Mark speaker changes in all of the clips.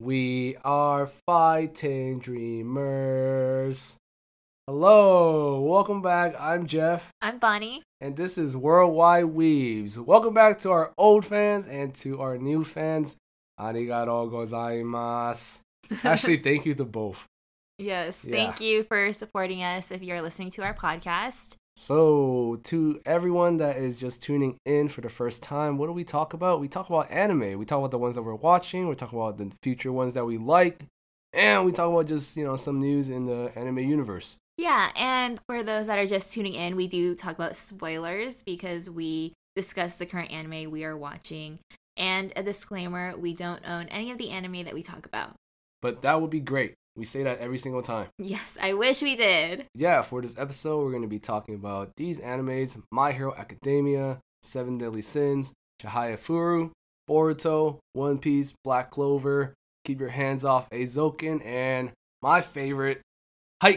Speaker 1: We are fighting dreamers. Hello, welcome back. I'm Jeff,
Speaker 2: I'm Bonnie.
Speaker 1: and this is Worldwide Weaves. Welcome back to our old fans and to our new fans. Arigato gozaimasu. Actually, thank you to both.
Speaker 2: yes,
Speaker 1: yeah.
Speaker 2: thank you for supporting us if you're listening to our podcast.
Speaker 1: So, to everyone that is just tuning in for the first time, what do we talk about? We talk about anime. We talk about the ones that we're watching. We talk about the future ones that we like, and we talk about just you know some news in the anime universe.
Speaker 2: Yeah, and for those that are just tuning in, we do talk about spoilers because we discuss the current anime we are watching. And a disclaimer we don't own any of the anime that we talk about.
Speaker 1: But that would be great. We say that every single time.
Speaker 2: Yes, I wish we did.
Speaker 1: Yeah, for this episode, we're going to be talking about these animes: My Hero Academia, Seven Deadly Sins, Chihaya Furu, Boruto, One Piece, Black Clover, Keep Your Hands Off Azoken, and my favorite,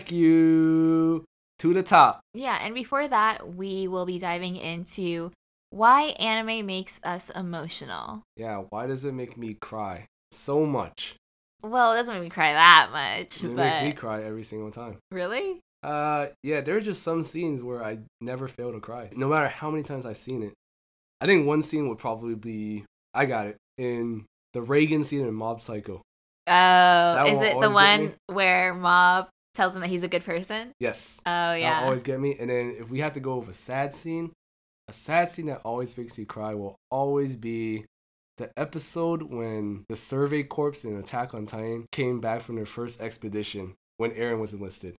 Speaker 1: Haikyuu to the top.
Speaker 2: Yeah, and before that, we will be diving into why anime makes us emotional.
Speaker 1: Yeah, why does it make me cry so much?
Speaker 2: Well, it doesn't make me cry that much,
Speaker 1: It
Speaker 2: but
Speaker 1: makes me cry every single time.
Speaker 2: really?
Speaker 1: Uh, yeah, there are just some scenes where I never fail to cry, no matter how many times I've seen it. I think one scene would probably be I got it in the Reagan scene in Mob Psycho.
Speaker 2: Oh, is
Speaker 1: will
Speaker 2: it the
Speaker 1: always get
Speaker 2: one where Mob tells him that he's a good person?
Speaker 1: Yes,
Speaker 2: Oh yeah.
Speaker 1: that'll always get me. And then if we have to go with a sad scene, a sad scene that always makes me cry will always be the episode when the Survey Corps in Attack on Titan came back from their first expedition when Aaron was enlisted,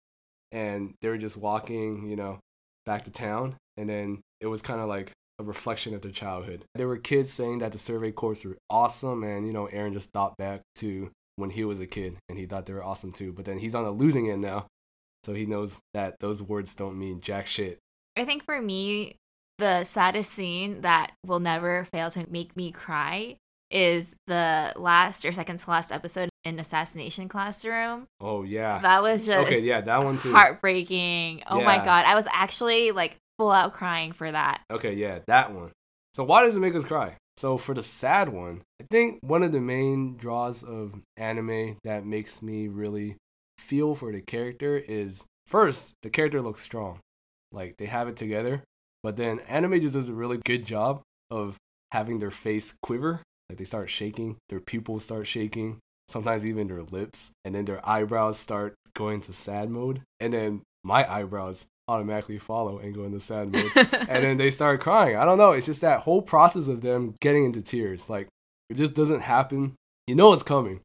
Speaker 1: and they were just walking, you know, back to town, and then it was kind of like a reflection of their childhood. There were kids saying that the Survey Corps were awesome, and you know, Aaron just thought back to when he was a kid, and he thought they were awesome too. But then he's on the losing end now, so he knows that those words don't mean jack shit.
Speaker 2: I think for me, the saddest scene that will never fail to make me cry is the last or second to last episode in Assassination Classroom.
Speaker 1: Oh yeah.
Speaker 2: That was just
Speaker 1: okay, yeah, that one too.
Speaker 2: heartbreaking. Oh my
Speaker 1: Yeah.
Speaker 2: god, I was actually like full out crying for that.
Speaker 1: Okay, yeah, that one. So why does it make us cry? So for the sad one, I think one of the main draws of anime that makes me really feel for the character is first, the character looks strong. Like they have it together. But then anime just does a really good job of having their face quiver. Like they start shaking, their pupils start shaking, sometimes even their lips, and then their eyebrows start going to sad mode. And then my eyebrows automatically follow and go into sad mode and then they start crying. I don't know. It's just that whole process of them getting into tears. Like it just doesn't happen. You know it's coming,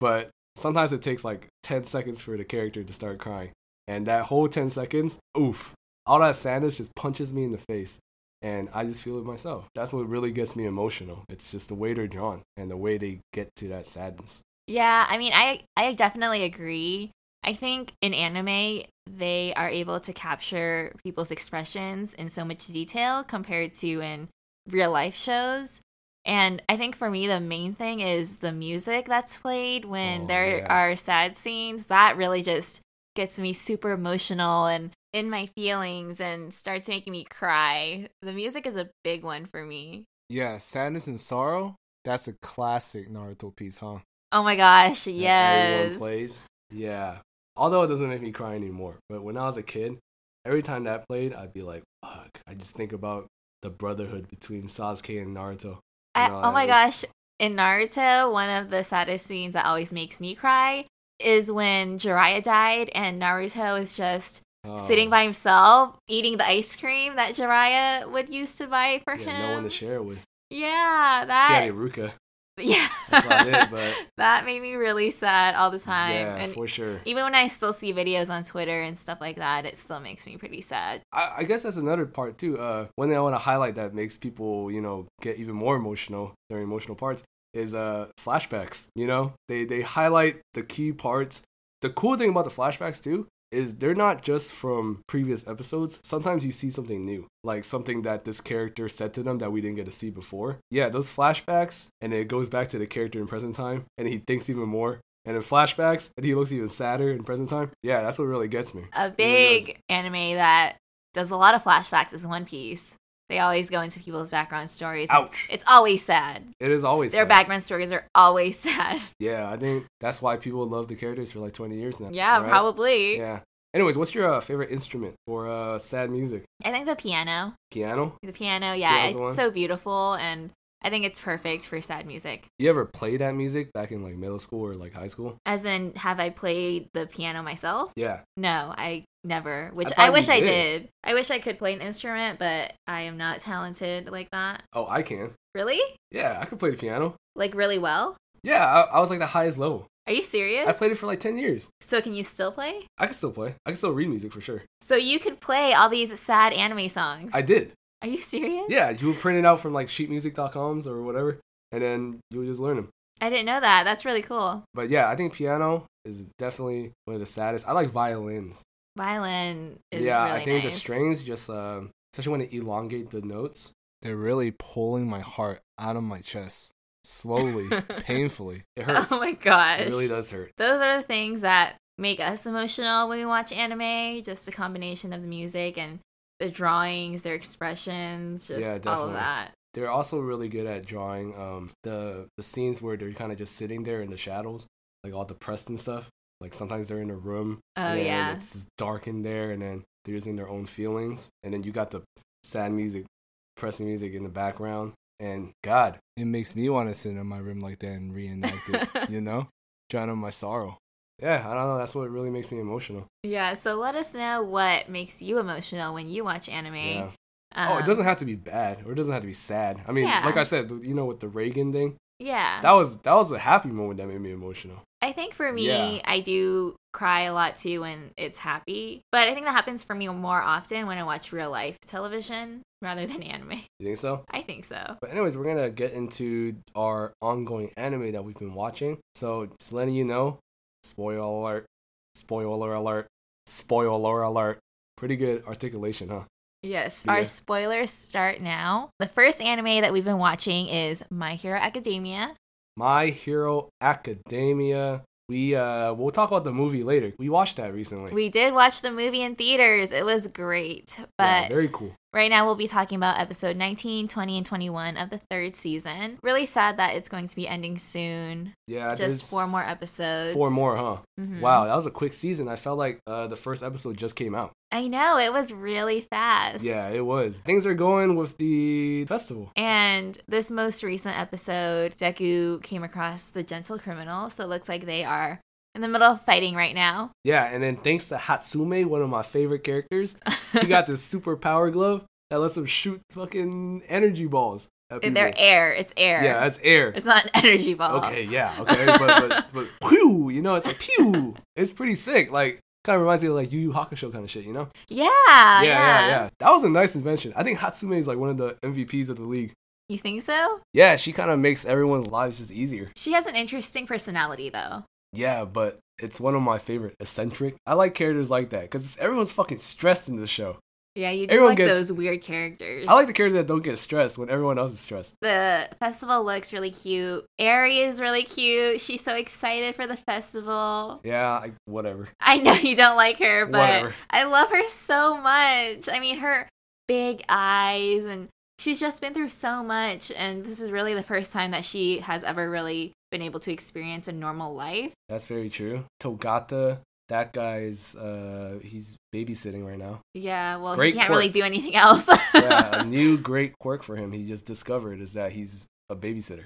Speaker 1: but sometimes it takes like 10 seconds for the character to start crying. And that whole 10 seconds, oof, all that sadness just punches me in the face. And I just feel it myself. That's what really gets me emotional. It's just the way they're drawn and the way they get to that sadness.
Speaker 2: Yeah, I mean, I I definitely agree. I think in anime they are able to capture people's expressions in so much detail compared to in real life shows. And I think for me the main thing is the music that's played when
Speaker 1: Oh,
Speaker 2: there
Speaker 1: yeah.
Speaker 2: are sad scenes. That really just gets me super emotional and in my feelings and starts making me cry. The music is a big one for me.
Speaker 3: Yeah, sadness and sorrow. That's a classic Naruto piece, huh?
Speaker 2: Oh my gosh,
Speaker 1: that
Speaker 2: yes.
Speaker 1: everyone plays. Yeah. Although it doesn't make me cry anymore, but when I was a kid, every time that played, I'd be like, "Fuck!" I just think about the brotherhood between Sasuke and Naruto.
Speaker 2: I,
Speaker 1: You know,
Speaker 2: oh my
Speaker 1: it was-
Speaker 2: gosh, in Naruto, one of the saddest scenes that always makes me cry is when Jiraiya died and Naruto is just
Speaker 1: Oh,
Speaker 2: sitting by himself eating the ice cream that Jiraiya would used to buy for him.
Speaker 1: Yeah, no one to share it with.
Speaker 2: Yeah,
Speaker 1: Yeah,
Speaker 2: that.
Speaker 1: Ruka.
Speaker 2: Yeah.
Speaker 1: That's about it, but-
Speaker 2: that made me really sad all the time.
Speaker 1: Yeah,
Speaker 2: and
Speaker 1: for sure.
Speaker 2: even when I still see videos on Twitter and stuff like that, it still makes me pretty sad.
Speaker 1: I, I guess that's another part too. Uh, one thing I want to highlight that makes people, you know, get even more emotional during emotional parts is uh flashbacks. You know, they they highlight the key parts. The cool thing about the flashbacks too is they're not just from previous episodes. Sometimes you see something new, like something that this character said to them that we didn't get to see before. Yeah, those flashbacks, and it goes back to the character in present time, and he thinks even more. And in flashbacks, and he looks even sadder in present time. Yeah, that's what really gets me. really
Speaker 2: A
Speaker 1: does.
Speaker 2: big anime that does a lot of flashbacks is One Piece. They always go into people's background stories.
Speaker 1: Ouch.
Speaker 2: It's always sad.
Speaker 1: It is always
Speaker 2: Their
Speaker 1: sad.
Speaker 2: background stories are always sad.
Speaker 1: Yeah, I think that's why people love the characters for like 20 years now.
Speaker 2: Yeah,
Speaker 1: right?
Speaker 2: probably.
Speaker 1: Yeah. Anyways, what's your uh, favorite instrument for uh, sad music?
Speaker 2: I think the piano.
Speaker 1: Piano?
Speaker 2: The piano, yeah,
Speaker 1: Piano's
Speaker 2: it's
Speaker 1: the one.
Speaker 2: so beautiful and I think it's perfect for sad music.
Speaker 1: You ever played that music back in like middle school or like high school?
Speaker 2: As in, have I played the piano myself?
Speaker 1: Yeah.
Speaker 2: No, I never. Which
Speaker 1: thought
Speaker 2: I,
Speaker 1: you
Speaker 2: wish I
Speaker 1: did.
Speaker 2: did. I wish I could play an instrument, but I am not talented like that.
Speaker 1: Oh, I can.
Speaker 2: Really?
Speaker 1: Yeah, I could play the piano.
Speaker 2: Like really well?
Speaker 1: Yeah, I, I was like the highest level.
Speaker 2: Are you serious?
Speaker 1: I played it for like 10 years.
Speaker 2: so can you still play?
Speaker 1: I can still play. I can still read music for sure.
Speaker 2: So you could play all these sad anime songs.
Speaker 1: I did.
Speaker 2: Are you serious?
Speaker 1: Yeah, you would print it out from like sheetmusic.coms or whatever, and then you would just learn them.
Speaker 2: I didn't know that. That's really cool.
Speaker 1: But yeah, I think piano is definitely one of the saddest. I like violins.
Speaker 2: Violin is
Speaker 1: yeah,
Speaker 2: really
Speaker 1: I think
Speaker 2: nice.
Speaker 1: the strings just, um, especially when they elongate the notes.
Speaker 3: They're really pulling my heart out of my chest. Slowly, painfully.
Speaker 1: It hurts.
Speaker 2: Oh my gosh.
Speaker 1: it really does hurt.
Speaker 2: Those are the things that make us emotional when we watch anime. Just a combination of the music and the drawings, their expressions, just
Speaker 1: Yeah,
Speaker 2: all
Speaker 1: definitely.
Speaker 2: of that.
Speaker 1: They're also really good at drawing um, the the scenes where they're kind of just sitting there in the shadows, like all depressed and stuff. Like sometimes they're in a room,
Speaker 2: Oh
Speaker 1: and then
Speaker 2: yeah.
Speaker 1: it's just dark in there, and then they're using their own feelings, and then you got the sad music, depressing music in the background, and God,
Speaker 3: It makes me want to sit in my room like that and reenact it, you know? Drown out my sorrow.
Speaker 1: yeah, I don't know, that's what really makes me emotional.
Speaker 2: Yeah, so let us know what makes you emotional when you watch anime.
Speaker 1: Yeah.
Speaker 2: Um,
Speaker 1: oh, it doesn't have to be bad, or it doesn't have to be sad. I mean,
Speaker 2: Yeah.
Speaker 1: like I said, you know, with the Reagan thing,
Speaker 2: Yeah.
Speaker 1: that was that was a happy moment that made me emotional.
Speaker 2: I think for me,
Speaker 1: Yeah.
Speaker 2: I do cry a lot too when it's happy. But I think that happens for me more often when I watch real life television rather than anime.
Speaker 1: You think so?
Speaker 2: I think so.
Speaker 1: But anyways, we're gonna get into our ongoing anime that we've been watching. So just letting you know, spoiler alert, spoiler alert, spoiler alert. Pretty good articulation, huh?
Speaker 2: Yes.
Speaker 1: Yeah.
Speaker 2: Our spoilers start now. The first anime that we've been watching is My Hero Academia.
Speaker 1: My Hero Academia. We uh we'll talk about the movie later. We watched that recently.
Speaker 2: We did watch the movie in theaters. It was great.
Speaker 1: Yeah,
Speaker 2: But
Speaker 1: very cool.
Speaker 2: Right now, we'll be talking about episode 19, 20, and 21 of the third season. Really sad that it's going to be ending soon.
Speaker 1: Yeah,
Speaker 2: Just
Speaker 1: there's
Speaker 2: four more episodes.
Speaker 1: Four more, huh?
Speaker 2: Mhm.
Speaker 1: Wow, that was a quick season. I felt like uh, the first episode just came out.
Speaker 2: I know, it was really fast.
Speaker 1: Yeah, it was. Things are going with the festival.
Speaker 2: And this most recent episode, Deku came across the gentle criminal. So it looks like they are in the middle of fighting right now.
Speaker 1: Yeah, and then thanks to Hatsume, one of my favorite characters, he got this super power glove that lets him shoot fucking energy balls. At people.
Speaker 2: They're air. It's air.
Speaker 1: Mm-hmm. Yeah, that's air.
Speaker 2: it's not an energy ball.
Speaker 1: okay, yeah, okay, but but, but pew, you know, it's like pew. It's pretty sick. Like, kind of reminds me of like Yu Yu Hakusho kind of shit, you know?
Speaker 2: Yeah.
Speaker 1: Yeah,
Speaker 2: Uh, Yeah,
Speaker 1: yeah, yeah. That was a nice invention. I think Hatsume is like one of the MVPs of the league.
Speaker 2: You think so?
Speaker 1: Yeah, she kind of makes everyone's lives just easier.
Speaker 2: She has an interesting personality, though.
Speaker 1: Yeah, but it's one of my favorite eccentric. I like characters like that because everyone's fucking stressed in this show.
Speaker 2: Yeah, you do
Speaker 1: Everyone
Speaker 2: like
Speaker 1: gets-
Speaker 2: those weird characters.
Speaker 1: I like the characters that don't get stressed when everyone else is stressed.
Speaker 2: the festival looks really cute. Ari is really cute. She's so excited for the festival.
Speaker 1: Yeah, I, whatever.
Speaker 2: I know you don't like her, but
Speaker 1: Whatever.
Speaker 2: I love her so much. I mean, her big eyes, and she's just been through so much. And this is really the first time that she has ever really been able to experience a normal life.
Speaker 1: That's very true. Togata, that guy's uh he's babysitting right now.
Speaker 2: Yeah, well,
Speaker 1: Great
Speaker 2: he can't
Speaker 1: quirk.
Speaker 2: really do anything else.
Speaker 1: Yeah, a new great quirk for him he just discovered is that he's a babysitter.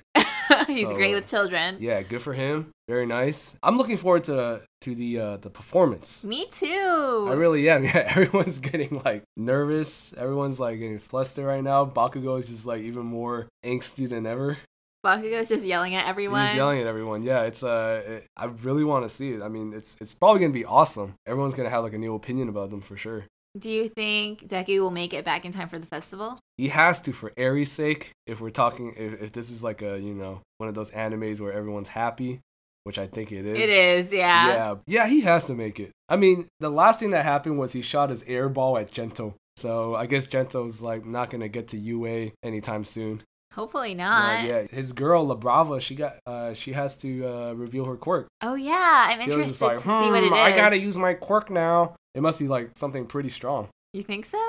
Speaker 2: He's
Speaker 1: So,
Speaker 2: great
Speaker 1: uh,
Speaker 2: with children.
Speaker 1: Yeah, good for him. Very nice. I'm looking forward to to the uh the performance.
Speaker 2: Me
Speaker 1: I
Speaker 2: too.
Speaker 1: really am. Yeah, everyone's getting like nervous. Everyone's like getting flustered right now. Bakugo is just like even more angsty than ever.
Speaker 2: Bakugo's just yelling at everyone.
Speaker 1: He's yelling at everyone. Yeah, it's uh, it, I really want to see it. I mean, it's it's probably gonna be awesome. Everyone's gonna have like a new opinion about them for sure.
Speaker 2: Do you think Deku will make it back in time for the festival?
Speaker 1: He has to for Aries' sake. If we're talking, if, if this is like a you know one of those animes where everyone's happy, which I think it is.
Speaker 2: It is, yeah.
Speaker 1: Yeah, yeah, he has to make it. I mean, the last thing that happened was he shot his air ball at Gento. So I guess Gento's like not gonna get to UA anytime soon.
Speaker 2: Hopefully
Speaker 1: No,
Speaker 2: not.
Speaker 1: yeah, his girl Labrava, she got, uh, she has to uh, reveal her quirk.
Speaker 2: Oh yeah, I'm
Speaker 1: He was just
Speaker 2: interested
Speaker 1: like,
Speaker 2: to see what it
Speaker 1: "Hmm,
Speaker 2: is.
Speaker 1: I gotta use my quirk now. It must be like something pretty strong.
Speaker 2: You think so?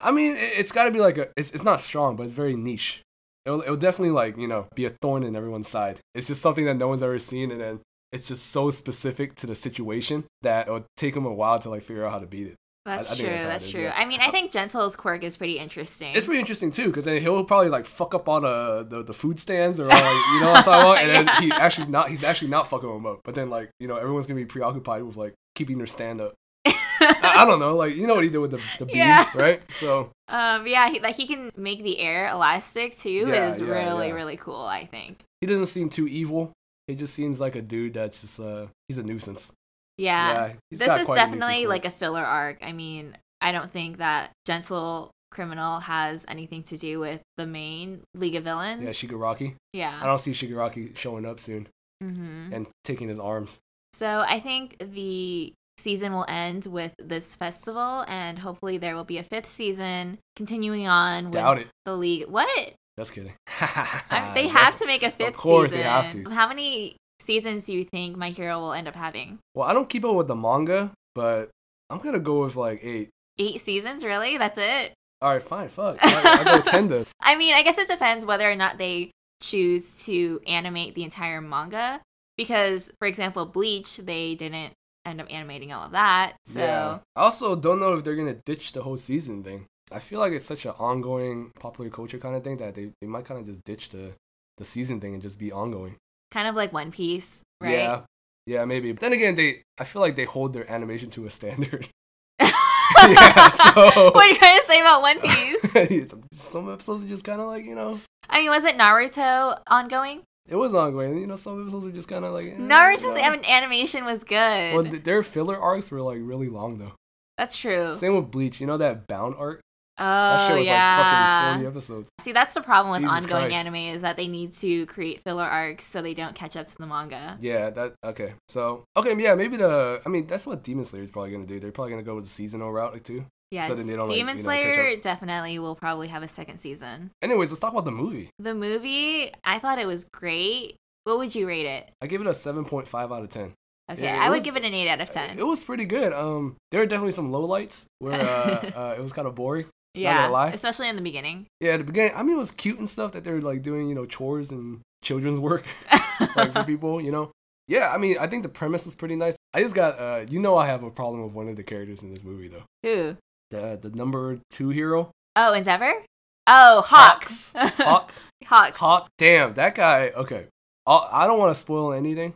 Speaker 1: I mean, it, it's got to be like a. It's, it's not strong, but it's very niche. It'll, it'll definitely like you know be a thorn in everyone's side. It's just something that no one's ever seen, and then it's just so specific to the situation that it'll take them a while to like figure out how to beat it.
Speaker 2: That's
Speaker 1: I think
Speaker 2: true.
Speaker 1: that's
Speaker 2: That's,
Speaker 1: how it is,
Speaker 2: true.
Speaker 1: yeah. Uh,
Speaker 2: I mean, I think Gentle's quirk is pretty interesting.
Speaker 1: It's pretty interesting too, because then he'll probably like fuck up all the the, the food stands or all like you know what I'm talking about, and then
Speaker 2: Yeah.
Speaker 1: he actually not he's actually not fucking them up. But then like you know everyone's gonna be preoccupied with like keeping their stand up. I, I don't know, like you know what he did with the the beam,
Speaker 2: Yeah.
Speaker 1: right? So
Speaker 2: um, yeah, he, like he can make the air elastic too.
Speaker 1: Yeah,
Speaker 2: is
Speaker 1: yeah,
Speaker 2: really
Speaker 1: yeah.
Speaker 2: really cool. I think.
Speaker 1: he doesn't seem too evil. He just seems like a dude that's just uh he's a nuisance.
Speaker 2: Yeah.
Speaker 1: he's got
Speaker 2: this is
Speaker 1: quite a
Speaker 2: definitely
Speaker 1: nuisance
Speaker 2: like
Speaker 1: look.
Speaker 2: a filler arc. I mean, I don't think that Gentle Criminal has anything to do with the main League of Villains.
Speaker 1: yeah Shigaraki. I
Speaker 2: yeah.
Speaker 1: don't see Shigaraki showing up soon
Speaker 2: hmm
Speaker 1: and taking his arms.
Speaker 2: So I think the season will end with this festival, and hopefully there will be a fifth season continuing on with
Speaker 1: Doubt it.
Speaker 2: the league. What?
Speaker 1: Just kidding.
Speaker 2: I mean, they have to make a fifth
Speaker 1: course
Speaker 2: season.
Speaker 1: they have to.
Speaker 2: How many seasons do you think My Hero will end up having?
Speaker 1: Well, I don't keep up with the manga, but I'm gonna go with like eight.
Speaker 2: Eight seasons, really? That's it?
Speaker 1: All right, fine, fuck. I, I go ten then.
Speaker 2: I mean, I guess it depends whether or not they choose to animate the entire manga. Because, for example, Bleach, they didn't end up animating all of that. So,
Speaker 1: I also don't know if they're gonna ditch the whole season thing. I feel like it's such an ongoing popular culture kind of thing that they, they might kind of just ditch the the season thing and just be ongoing.
Speaker 2: kind of like One Piece, right?
Speaker 1: Yeah. Yeah, maybe. But then again, they I feel like they hold their animation to a standard. Yeah,
Speaker 2: yeah,
Speaker 1: so-
Speaker 2: what are you trying to say about One Piece?
Speaker 1: Some- some episodes are just kind of like you know
Speaker 2: I mean, was it Naruto ongoing?
Speaker 1: it was ongoing. You know, some episodes are just kind of like eh, you
Speaker 2: Naruto's
Speaker 1: know.
Speaker 2: an- animation was good.
Speaker 1: Well, th- their filler arcs were like really long though.
Speaker 2: That's true.
Speaker 1: Same with Bleach. You know that Bound arc?
Speaker 2: oh,
Speaker 1: That shit was
Speaker 2: yeah.
Speaker 1: like fucking 40 episodes.
Speaker 2: See, that's the problem with
Speaker 1: Jesus
Speaker 2: ongoing
Speaker 1: Christ.
Speaker 2: anime is that they need to create filler arcs so they don't catch up to the manga.
Speaker 1: Yeah, that okay. So okay, yeah, maybe the. I mean, that's what Demon Slayer is probably gonna do. They're probably gonna go with the seasonal route like, too.
Speaker 2: Yes.
Speaker 1: then they don't, like,
Speaker 2: Demon
Speaker 1: you know, catch
Speaker 2: Slayer definitely will probably have a second season.
Speaker 1: Anyways, let's talk about the movie.
Speaker 2: The movie, I thought it was great. What would you rate it?
Speaker 1: I give it a seven point five out of ten.
Speaker 2: Okay,
Speaker 1: Yeah, it
Speaker 2: I would
Speaker 1: was-
Speaker 2: give it an 8 out of 10.
Speaker 1: It was pretty good. Um, there are definitely some lowlights where uh, uh, it was kind of boring.
Speaker 2: yeah,
Speaker 1: lie.
Speaker 2: especially in the beginning.
Speaker 1: Yeah, at the beginning, I mean, it was cute and stuff that they were like doing, you know, chores and children's work like for people, you know. Yeah, I mean, I think the premise was pretty nice. I just got, uh, you know, I have a problem with one of the characters in this movie though.
Speaker 2: Who?
Speaker 1: The the number two hero,
Speaker 2: Oh, Endeavor? Oh, Hawks.
Speaker 1: Hawk.
Speaker 2: Hawks.
Speaker 1: Hawk. Damn, that guy. Okay, I, I don't want to spoil anything,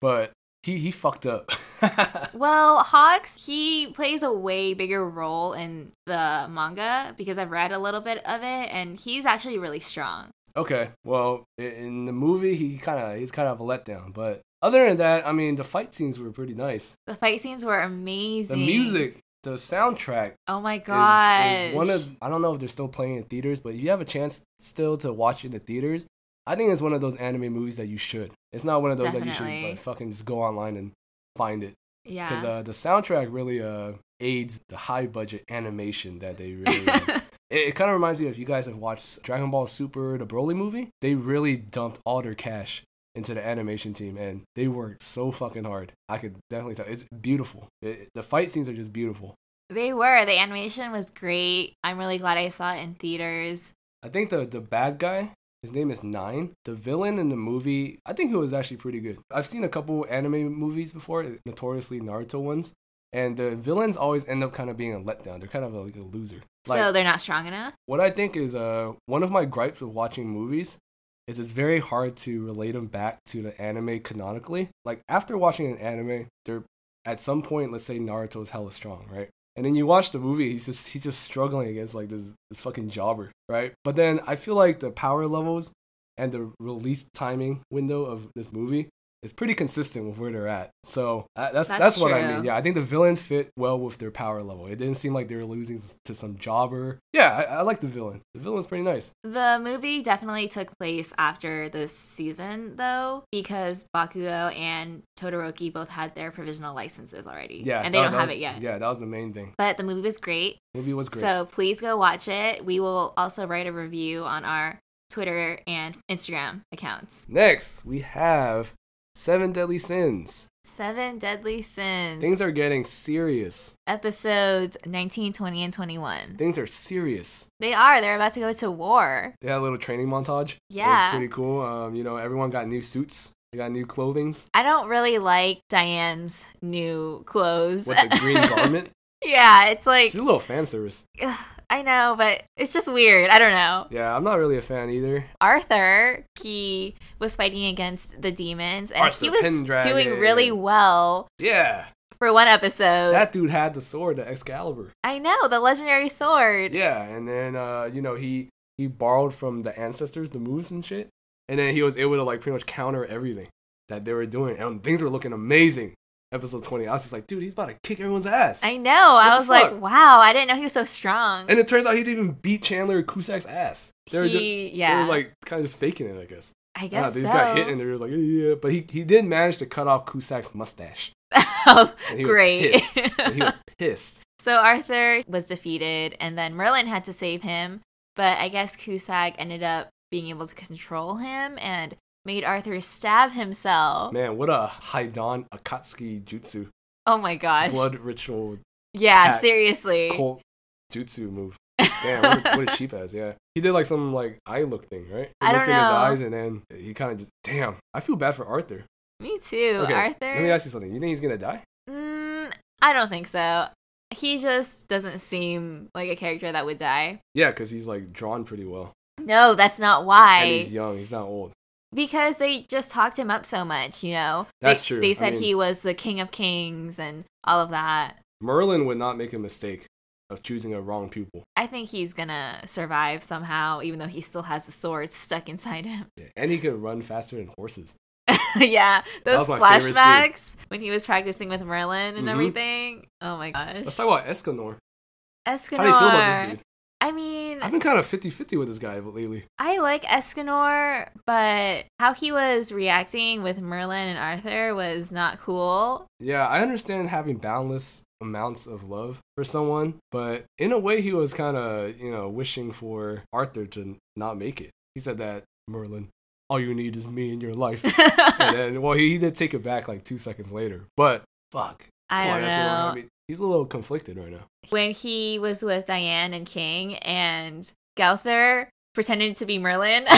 Speaker 1: but he he fucked up.
Speaker 2: Well, Hawks, he plays a way bigger role in the manga because I've read a little bit of it and he's actually really strong.
Speaker 1: okay, well, i- in the movie, he kind of he's kind of a letdown. But other than that, I mean, the fight scenes were pretty nice.
Speaker 2: The fight scenes were amazing.
Speaker 1: The music, the soundtrack
Speaker 2: Oh my god.
Speaker 1: is, is one of. I don't know if they're still playing in theaters, but if you have a chance still to watch it in the theaters. I think it's one of those anime movies that you should. It's not one of those that you should
Speaker 2: Definitely.
Speaker 1: like, fucking just go online and find it. because
Speaker 2: Yeah.
Speaker 1: uh, the soundtrack really uh, aids the high budget animation that they really. uh, it it kind of reminds me of if you guys have watched Dragon Ball Super, the Broly movie. They really dumped all their cash into the animation team, and they worked so fucking hard. I could definitely tell it's beautiful. It, the fight scenes are just beautiful.
Speaker 2: they were. The animation was great. I'm really glad I saw it in theaters.
Speaker 1: I think the the bad guy. His name is Nine. The villain in the movie, I think he was actually pretty good. I've seen a couple anime movies before, notoriously Naruto ones, and the villains always end up kind of being a letdown. They're kind of like a loser. Like,
Speaker 2: so they're not strong enough.
Speaker 1: what I think is uh one of my gripes of watching movies is it's very hard to relate them back to the anime canonically. Like after watching an anime, they're at some point, let's say Naruto's hella strong, right? And then you watch the movie, he's just he's just struggling against like this this fucking jobber, right? But then I feel like the power levels and the release timing window of this movie is pretty consistent with where they're at. So uh, that's that's,
Speaker 2: That's
Speaker 1: what I
Speaker 2: true.
Speaker 1: mean. Yeah, I think the villain fit well with their power level. It didn't seem like they were losing s- to some jobber. Yeah, I, I like the villain. The villain's pretty nice.
Speaker 2: The movie definitely took place after this season though, because Bakugo and Todoroki both had their provisional licenses already.
Speaker 1: Yeah,
Speaker 2: And they
Speaker 1: that-
Speaker 2: don't
Speaker 1: that
Speaker 2: have
Speaker 1: was-
Speaker 2: it yet.
Speaker 1: Yeah, that was the main thing.
Speaker 2: But the movie was great.
Speaker 1: Movie was great.
Speaker 2: So please go watch it. We will also write a review on our Twitter and Instagram accounts.
Speaker 1: Next, we have Seven Deadly Sins.
Speaker 2: Seven Deadly Sins.
Speaker 1: Things are getting serious.
Speaker 2: Episodes 19, 20, and 21.
Speaker 1: Things are serious.
Speaker 2: They are. They're about to go to war.
Speaker 1: They had a little training montage.
Speaker 2: Yeah.
Speaker 1: It's pretty cool. Um, you know, everyone got new suits. They got new clothings
Speaker 2: I don't really like Diane's new clothes.
Speaker 1: with the green garment.
Speaker 2: yeah, it's like,
Speaker 1: She's a little fan service.
Speaker 2: ugh, I know, but it's just weird. I don't know.
Speaker 1: Yeah, I'm not really a fan either.
Speaker 2: Arthur, he was fighting against the demons, and
Speaker 1: Arthur
Speaker 2: he was
Speaker 1: Pendragon.
Speaker 2: doing really well
Speaker 1: Yeah.
Speaker 2: for one episode.
Speaker 1: That dude had the sword, the Excalibur.
Speaker 2: I know, the legendary sword.
Speaker 1: Yeah, and then uh, you know, he he borrowed from the ancestors the moves and shit. And then he was able to like pretty much counter everything that they were doing. And things were looking amazing. Episode 20. I was just like, dude, he's about to kick everyone's ass.
Speaker 2: I know. I
Speaker 1: the
Speaker 2: was
Speaker 1: fuck?
Speaker 2: like, wow, I didn't know he was so strong.
Speaker 1: and it turns out he didn't even beat Chandler Cusack's ass. They were, ju-
Speaker 2: he, yeah,
Speaker 1: they were like kind of just faking it, I guess.
Speaker 2: I
Speaker 1: Yeah,
Speaker 2: guess
Speaker 1: they just
Speaker 2: so.
Speaker 1: got hit and they were like, yeah. But he, he did manage to cut off Cusack's mustache.
Speaker 2: oh,
Speaker 1: And he was
Speaker 2: great.
Speaker 1: pissed. And he was pissed.
Speaker 2: so Arthur was defeated, and then Merlin had to save him. But I guess Cusack ended up being able to control him and made Arthur stab himself.
Speaker 1: Man, what a Haidan Akatsuki jutsu.
Speaker 2: Oh my gosh.
Speaker 1: Blood ritual
Speaker 2: yeah,
Speaker 1: cat
Speaker 2: seriously.
Speaker 1: cult jutsu move. Damn, what a, what a cheap ass, yeah. He did like some like eye look thing, right? He
Speaker 2: I
Speaker 1: looked
Speaker 2: don't
Speaker 1: in his
Speaker 2: know.
Speaker 1: eyes and then he kind of just, damn, I feel bad for Arthur.
Speaker 2: Me too,
Speaker 1: Okay,
Speaker 2: Arthur.
Speaker 1: Let me ask you something. You think he's gonna die?
Speaker 2: mm, I don't think so. He just doesn't seem like a character that would die.
Speaker 1: Yeah, because he's like drawn pretty well.
Speaker 2: No, that's not why.
Speaker 1: And he's young, he's not old.
Speaker 2: because they just talked him up so much, you know.
Speaker 1: That's
Speaker 2: they,
Speaker 1: true. I
Speaker 2: They said
Speaker 1: mean-
Speaker 2: he was the king of kings and all of that.
Speaker 1: Merlin would not make a mistake of choosing a wrong pupil.
Speaker 2: I think he's gonna survive somehow, even though he still has the sword stuck inside him.
Speaker 1: Yeah, And he could run faster than horses.
Speaker 2: yeah, those
Speaker 1: was my favorite scene.
Speaker 2: flashbacks when he was practicing with Merlin and
Speaker 1: Mhm.
Speaker 2: everything. Oh my gosh,
Speaker 1: Let's talk about Escanor.
Speaker 2: Escanor.
Speaker 1: How do you feel about this dude?
Speaker 2: I mean,
Speaker 1: I've been kind of 50 50 with this guy lately.
Speaker 2: I like Escanor, but how he was reacting with Merlin and Arthur was not cool.
Speaker 1: Yeah, I understand having boundless amounts of love for someone, but in a way, he was kind of, you know, wishing for Arthur to not make it. He said that, Merlin, all you need is me in your life. and then, well, he did take it back like two seconds later, but fuck.
Speaker 2: I
Speaker 1: Come on,
Speaker 2: don't know.
Speaker 1: Escanor, I mean, he's a little conflicted right now.
Speaker 2: when he was with Diane and King and Gouther pretended to be Merlin.
Speaker 1: Oh,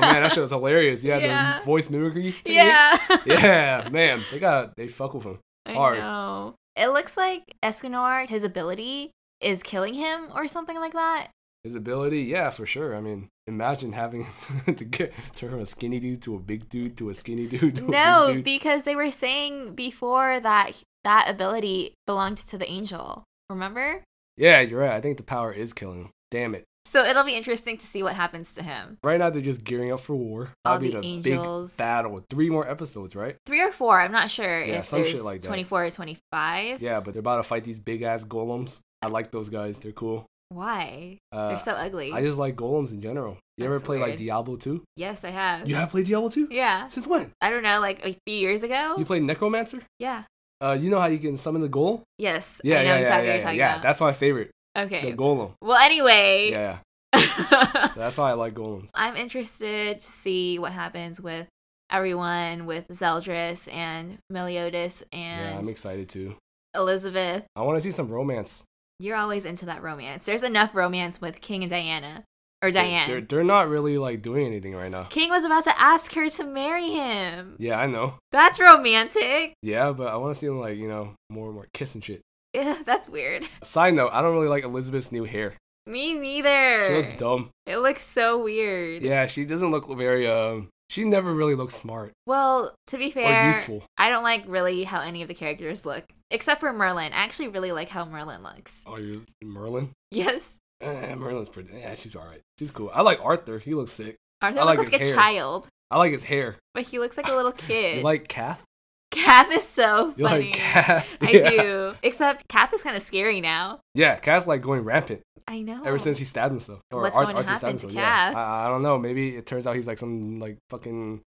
Speaker 1: man, that shit was hilarious. Yeah,
Speaker 2: Yeah.
Speaker 1: the voice mimicry. technique.
Speaker 2: yeah.
Speaker 1: Yeah, man, they got they fuck with him.
Speaker 2: I
Speaker 1: hard.
Speaker 2: know. It looks like Escanor, his ability is killing him or something like that.
Speaker 1: His ability, yeah, for sure. I mean, imagine having to get turn from a skinny dude to a big dude to a skinny dude. To a
Speaker 2: No,
Speaker 1: big dude.
Speaker 2: because they were saying before that that ability belonged to the angel. Remember?
Speaker 1: yeah, you're right. I think the power is killing him. Damn it!
Speaker 2: So it'll be interesting to see what happens to him.
Speaker 1: Right now they're just gearing up for war.
Speaker 2: All
Speaker 1: That'll be
Speaker 2: the
Speaker 1: the
Speaker 2: angels.
Speaker 1: big battle. Three more episodes, right?
Speaker 2: Three or four, I'm not sure
Speaker 1: Yeah,
Speaker 2: if
Speaker 1: some shit
Speaker 2: there's
Speaker 1: like that.
Speaker 2: 24 or 25.
Speaker 1: Yeah, but they're about to fight these big ass golems. I like those guys. They're cool.
Speaker 2: Why?
Speaker 1: Uh,
Speaker 2: They're so ugly.
Speaker 1: I just like golems in general. You ever
Speaker 2: That's
Speaker 1: play like
Speaker 2: weird.
Speaker 1: Diablo 2?
Speaker 2: yes, I have.
Speaker 1: You have played Diablo 2?
Speaker 2: Yeah. Oh.
Speaker 1: Since when?
Speaker 2: I don't know, like a few years ago.
Speaker 1: You played Necromancer?
Speaker 2: yeah.
Speaker 1: Uh, you know how you can summon the golem?
Speaker 2: Yes.
Speaker 1: Yeah,
Speaker 2: I know
Speaker 1: yeah, yeah,
Speaker 2: exactly
Speaker 1: yeah,
Speaker 2: what you're
Speaker 1: yeah,
Speaker 2: talking
Speaker 1: yeah.
Speaker 2: about.
Speaker 1: That's my favorite.
Speaker 2: okay.
Speaker 1: The golem.
Speaker 2: well, anyway,
Speaker 1: Yeah, so that's why I like golems.
Speaker 2: I'm interested to see what happens with everyone with Zeldris and Meliodas
Speaker 1: Yeah,
Speaker 2: and
Speaker 1: I'm excited too.
Speaker 2: Elizabeth.
Speaker 1: I want to see some romance.
Speaker 2: You're always into that romance. There's enough romance with King and Diana or
Speaker 1: They-
Speaker 2: Diane.
Speaker 1: They're, they're not really like doing anything right now.
Speaker 2: King was about to ask her to marry him.
Speaker 1: Yeah, I know.
Speaker 2: That's romantic.
Speaker 1: Yeah, but I want to see them like, you know, more and more kissing shit.
Speaker 2: Ugh, that's weird.
Speaker 1: Side note, I don't really like Elizabeth's new hair.
Speaker 2: Me
Speaker 1: She
Speaker 2: neither.
Speaker 1: looks dumb.
Speaker 2: It looks so weird.
Speaker 1: Yeah, she doesn't look very, um, she never really looks smart
Speaker 2: Well, to be
Speaker 1: or
Speaker 2: fair,
Speaker 1: useful.
Speaker 2: I don't like really how any of the characters look, except for Merlin. I actually really like how Merlin looks.
Speaker 1: Oh, you Merlin?
Speaker 2: Yes,
Speaker 1: Eh, Merlin's pretty. Yeah, she's all right. She's cool. I like Arthur. He looks sick. I
Speaker 2: Arthur
Speaker 1: like
Speaker 2: looks like a
Speaker 1: his hair.
Speaker 2: child,
Speaker 1: I like his hair.
Speaker 2: but he looks like a little
Speaker 1: You
Speaker 2: kid.
Speaker 1: like Kath?
Speaker 2: Kath is so
Speaker 1: You
Speaker 2: funny.
Speaker 1: like Kath?
Speaker 2: I
Speaker 1: yeah.
Speaker 2: do, except Kath is kind of scary now.
Speaker 1: Yeah, Kath's like going rampant.
Speaker 2: I know.
Speaker 1: ever since he stabbed himself.
Speaker 2: Oh. What's
Speaker 1: Arth-
Speaker 2: going to happen to
Speaker 1: Yeah.
Speaker 2: Kath?
Speaker 1: I, I don't know. Maybe it turns out he's like some like fucking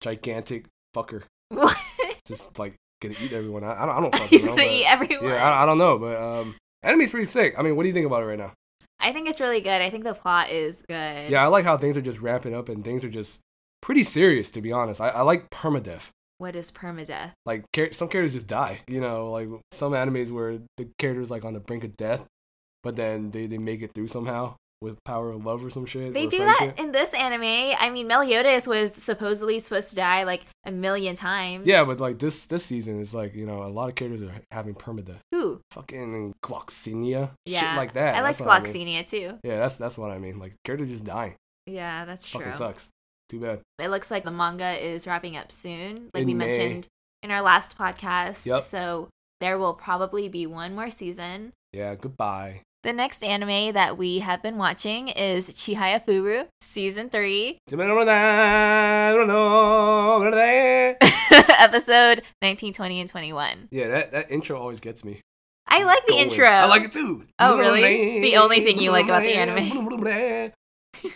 Speaker 1: gigantic fucker,
Speaker 2: What?
Speaker 1: just like gonna eat everyone. I, I don't. I don't fucking
Speaker 2: he's
Speaker 1: know.
Speaker 2: gonna
Speaker 1: but-
Speaker 2: eat everyone.
Speaker 1: yeah, I, I don't know, but um, enemy's pretty sick. I mean, what do you think about it right now?
Speaker 2: I think it's really good. I think the plot is good.
Speaker 1: Yeah, I like how things are just ramping up and things are just pretty serious. To be honest, I, I like permadeath.
Speaker 2: what is permadeath?
Speaker 1: Like char- some characters just die. You know, like some animes where the character's like on the brink of death, but then they, they make it through somehow with power of love or some shit.
Speaker 2: They
Speaker 1: or
Speaker 2: do
Speaker 1: friendship.
Speaker 2: that in this anime. I mean, Meliodas was supposedly supposed to die like a million times.
Speaker 1: Yeah, but like this this season is like you know a lot of characters are having permadeath.
Speaker 2: who?
Speaker 1: Fucking Gloxinia,
Speaker 2: Yeah,
Speaker 1: shit like that.
Speaker 2: I like
Speaker 1: That's what mean.
Speaker 2: Gloxinia too.
Speaker 1: Yeah, that's that's what I mean. Like character just dying.
Speaker 2: Yeah, that's true.
Speaker 1: Fucking sucks. Too bad.
Speaker 2: It looks like the manga is wrapping up soon, like
Speaker 1: In
Speaker 2: we
Speaker 1: May.
Speaker 2: mentioned in our last podcast.
Speaker 1: Yep.
Speaker 2: So there will probably be one more season.
Speaker 1: Yeah, goodbye.
Speaker 2: The next anime that we have been watching is Chihaya Furu Season 3,
Speaker 1: Yeah,
Speaker 2: episode 19, 20, and 21.
Speaker 1: that, that intro always gets me.
Speaker 2: I like the
Speaker 1: Going.
Speaker 2: intro.
Speaker 1: I like it too.
Speaker 2: Oh, really? The only thing you like about the
Speaker 1: anime.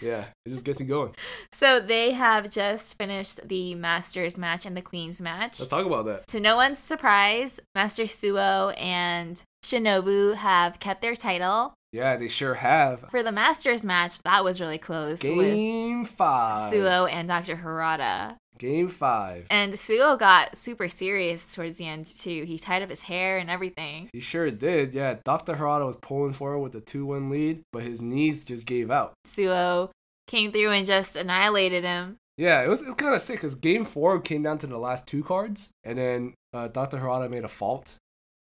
Speaker 1: yeah, it just gets me going.
Speaker 2: So they have just finished the Masters match and the Queens match.
Speaker 1: Let's talk about that.
Speaker 2: To no one's surprise, Master Suo and Shinobu have kept their title.
Speaker 1: Yeah, they sure have.
Speaker 2: For the Masters match, that was really close with
Speaker 1: Game five.
Speaker 2: Suo and Dr. Harada.
Speaker 1: Game five.
Speaker 2: And Suo got super serious towards the end, too. He tied up his hair and everything.
Speaker 1: He sure did. Yeah, Dr. Harada was pulling forward with a 2 1 lead, but his knees just gave out.
Speaker 2: Suo came through and just annihilated him.
Speaker 1: Yeah, it was, it was kind of sick because game four came down to the last two cards, and then uh, Dr. Harada made a fault,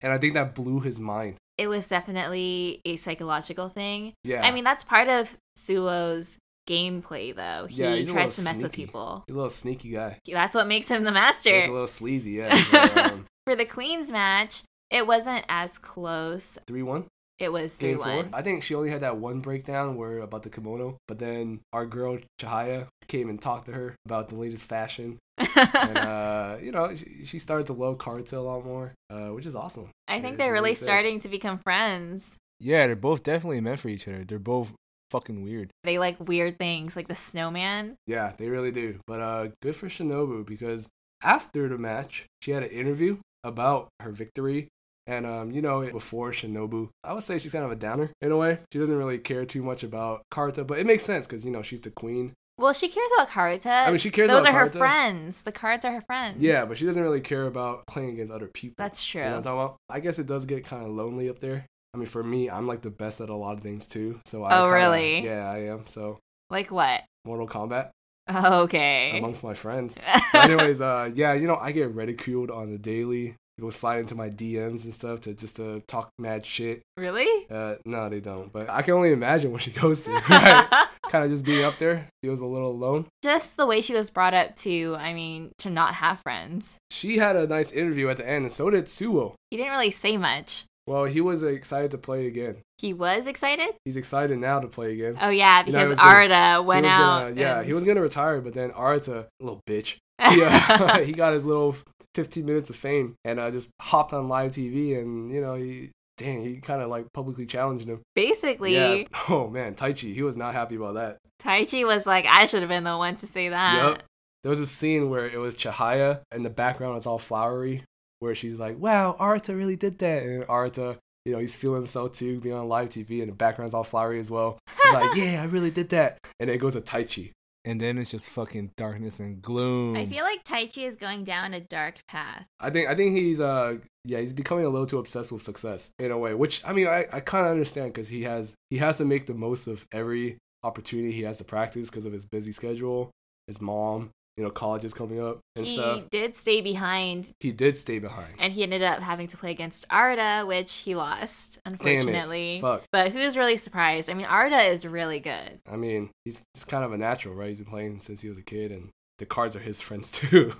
Speaker 1: and I think that blew his mind.
Speaker 2: It was definitely a psychological thing.
Speaker 1: Yeah.
Speaker 2: I mean, that's part of Suo's gameplay, though. He
Speaker 1: Yeah, he's a
Speaker 2: tries to
Speaker 1: little
Speaker 2: mess with
Speaker 1: sneaky.
Speaker 2: people.
Speaker 1: He's a little sneaky guy.
Speaker 2: That's what makes him the
Speaker 1: He's a
Speaker 2: master.
Speaker 1: little sleazy, yeah. but, um,
Speaker 2: For the Queen's match, it wasn't as close.
Speaker 1: 3 1,
Speaker 2: It was 3
Speaker 1: game four.
Speaker 2: 1.
Speaker 1: I think she only had that one breakdown where about the kimono, but then our girl Chihaya came and talked to her about the latest fashion. And, uh, you know, she, she started to love Cartel a lot more, uh, which is awesome.
Speaker 2: I think
Speaker 1: It's
Speaker 2: they're really
Speaker 1: sick.
Speaker 2: starting to become friends.
Speaker 3: Yeah, they're both definitely meant for each other. They're both fucking weird.
Speaker 2: They like weird things, like the snowman.
Speaker 1: Yeah, they really do. But uh, good for Shinobu because after the match, she had an interview about her victory. And um, you know, before Shinobu, I would say she's kind of a downer in a way. She doesn't really care too much about Karuta, but it makes sense because you know she's the queen.
Speaker 2: Well, she cares about Karuta.
Speaker 1: I mean, Oh, she cares
Speaker 2: Uh, Those
Speaker 1: about
Speaker 2: are her
Speaker 1: Karuta.
Speaker 2: friends. The cards are her friends.
Speaker 1: Yeah, but she doesn't really care about playing against other people.
Speaker 2: That's true.
Speaker 1: You know what I'm talking about? I guess it does get kind of lonely up there. I mean, for me, I'm like the best at a lot of things too. So I
Speaker 2: Oh,
Speaker 1: kinda-
Speaker 2: really?
Speaker 1: Yeah, I am. So
Speaker 2: Like what?
Speaker 1: Mortal Kombat
Speaker 2: Okay.
Speaker 1: amongst my friends. But anyways, uh, yeah, you know, I get ridiculed on the daily. People slide into my DMs and stuff to just to talk mad shit.
Speaker 2: really?
Speaker 1: Uh, no, they don't. But I can only imagine what she goes through. Right? kind of just being up there feels a little alone.
Speaker 2: Just the way she was brought up to, I mean, to not have friends.
Speaker 1: She had a nice interview at the end, and so did Suo.
Speaker 2: He didn't really say much.
Speaker 1: Well, he was excited to play again.
Speaker 2: He was excited?
Speaker 1: He's excited now to play again.
Speaker 2: Oh, yeah,
Speaker 1: You know,
Speaker 2: because
Speaker 1: he was gonna-
Speaker 2: Arda
Speaker 1: He
Speaker 2: went
Speaker 1: was
Speaker 2: out.
Speaker 1: gonna- yeah,
Speaker 2: and-
Speaker 1: he was gonna retire, but then Arata, little bitch, yeah, he got his little 15 minutes of fame and uh, just hopped on live TV and, you know, he, dang, he kind of like publicly challenged him.
Speaker 2: Basically,
Speaker 1: Yeah. Oh, man, Taichi, he was not happy about that.
Speaker 2: Taichi was like, I should have been the one to say that.
Speaker 1: Yep. There was a scene where it was Chihaya and the background was all flowery, where she's like, wow, Arata really did that. And Arata, you know, he's feeling himself too, being on live TV and the background's all flowery as well. He's like, yeah, I really did that. And then it goes to Taichi.
Speaker 3: And then it's just fucking darkness and gloom.
Speaker 2: I feel like Taichi is going down a dark path.
Speaker 1: I think I think he's uh yeah he's becoming a little too obsessed with success in a way, which I mean I, I kind of understand because he has he has to make the most of every opportunity he has to practice because of his busy schedule, his mom, you know, college is coming up and
Speaker 2: he
Speaker 1: stuff.
Speaker 2: did stay behind
Speaker 1: He did stay behind.
Speaker 2: and he ended up having to play against Arda, which he lost, unfortunately.
Speaker 1: Fuck.
Speaker 2: But who's really surprised? I mean, Arda is really good.
Speaker 1: I mean, he's just kind of a natural, right? He's been playing since he was a kid, and the cards are his friends too.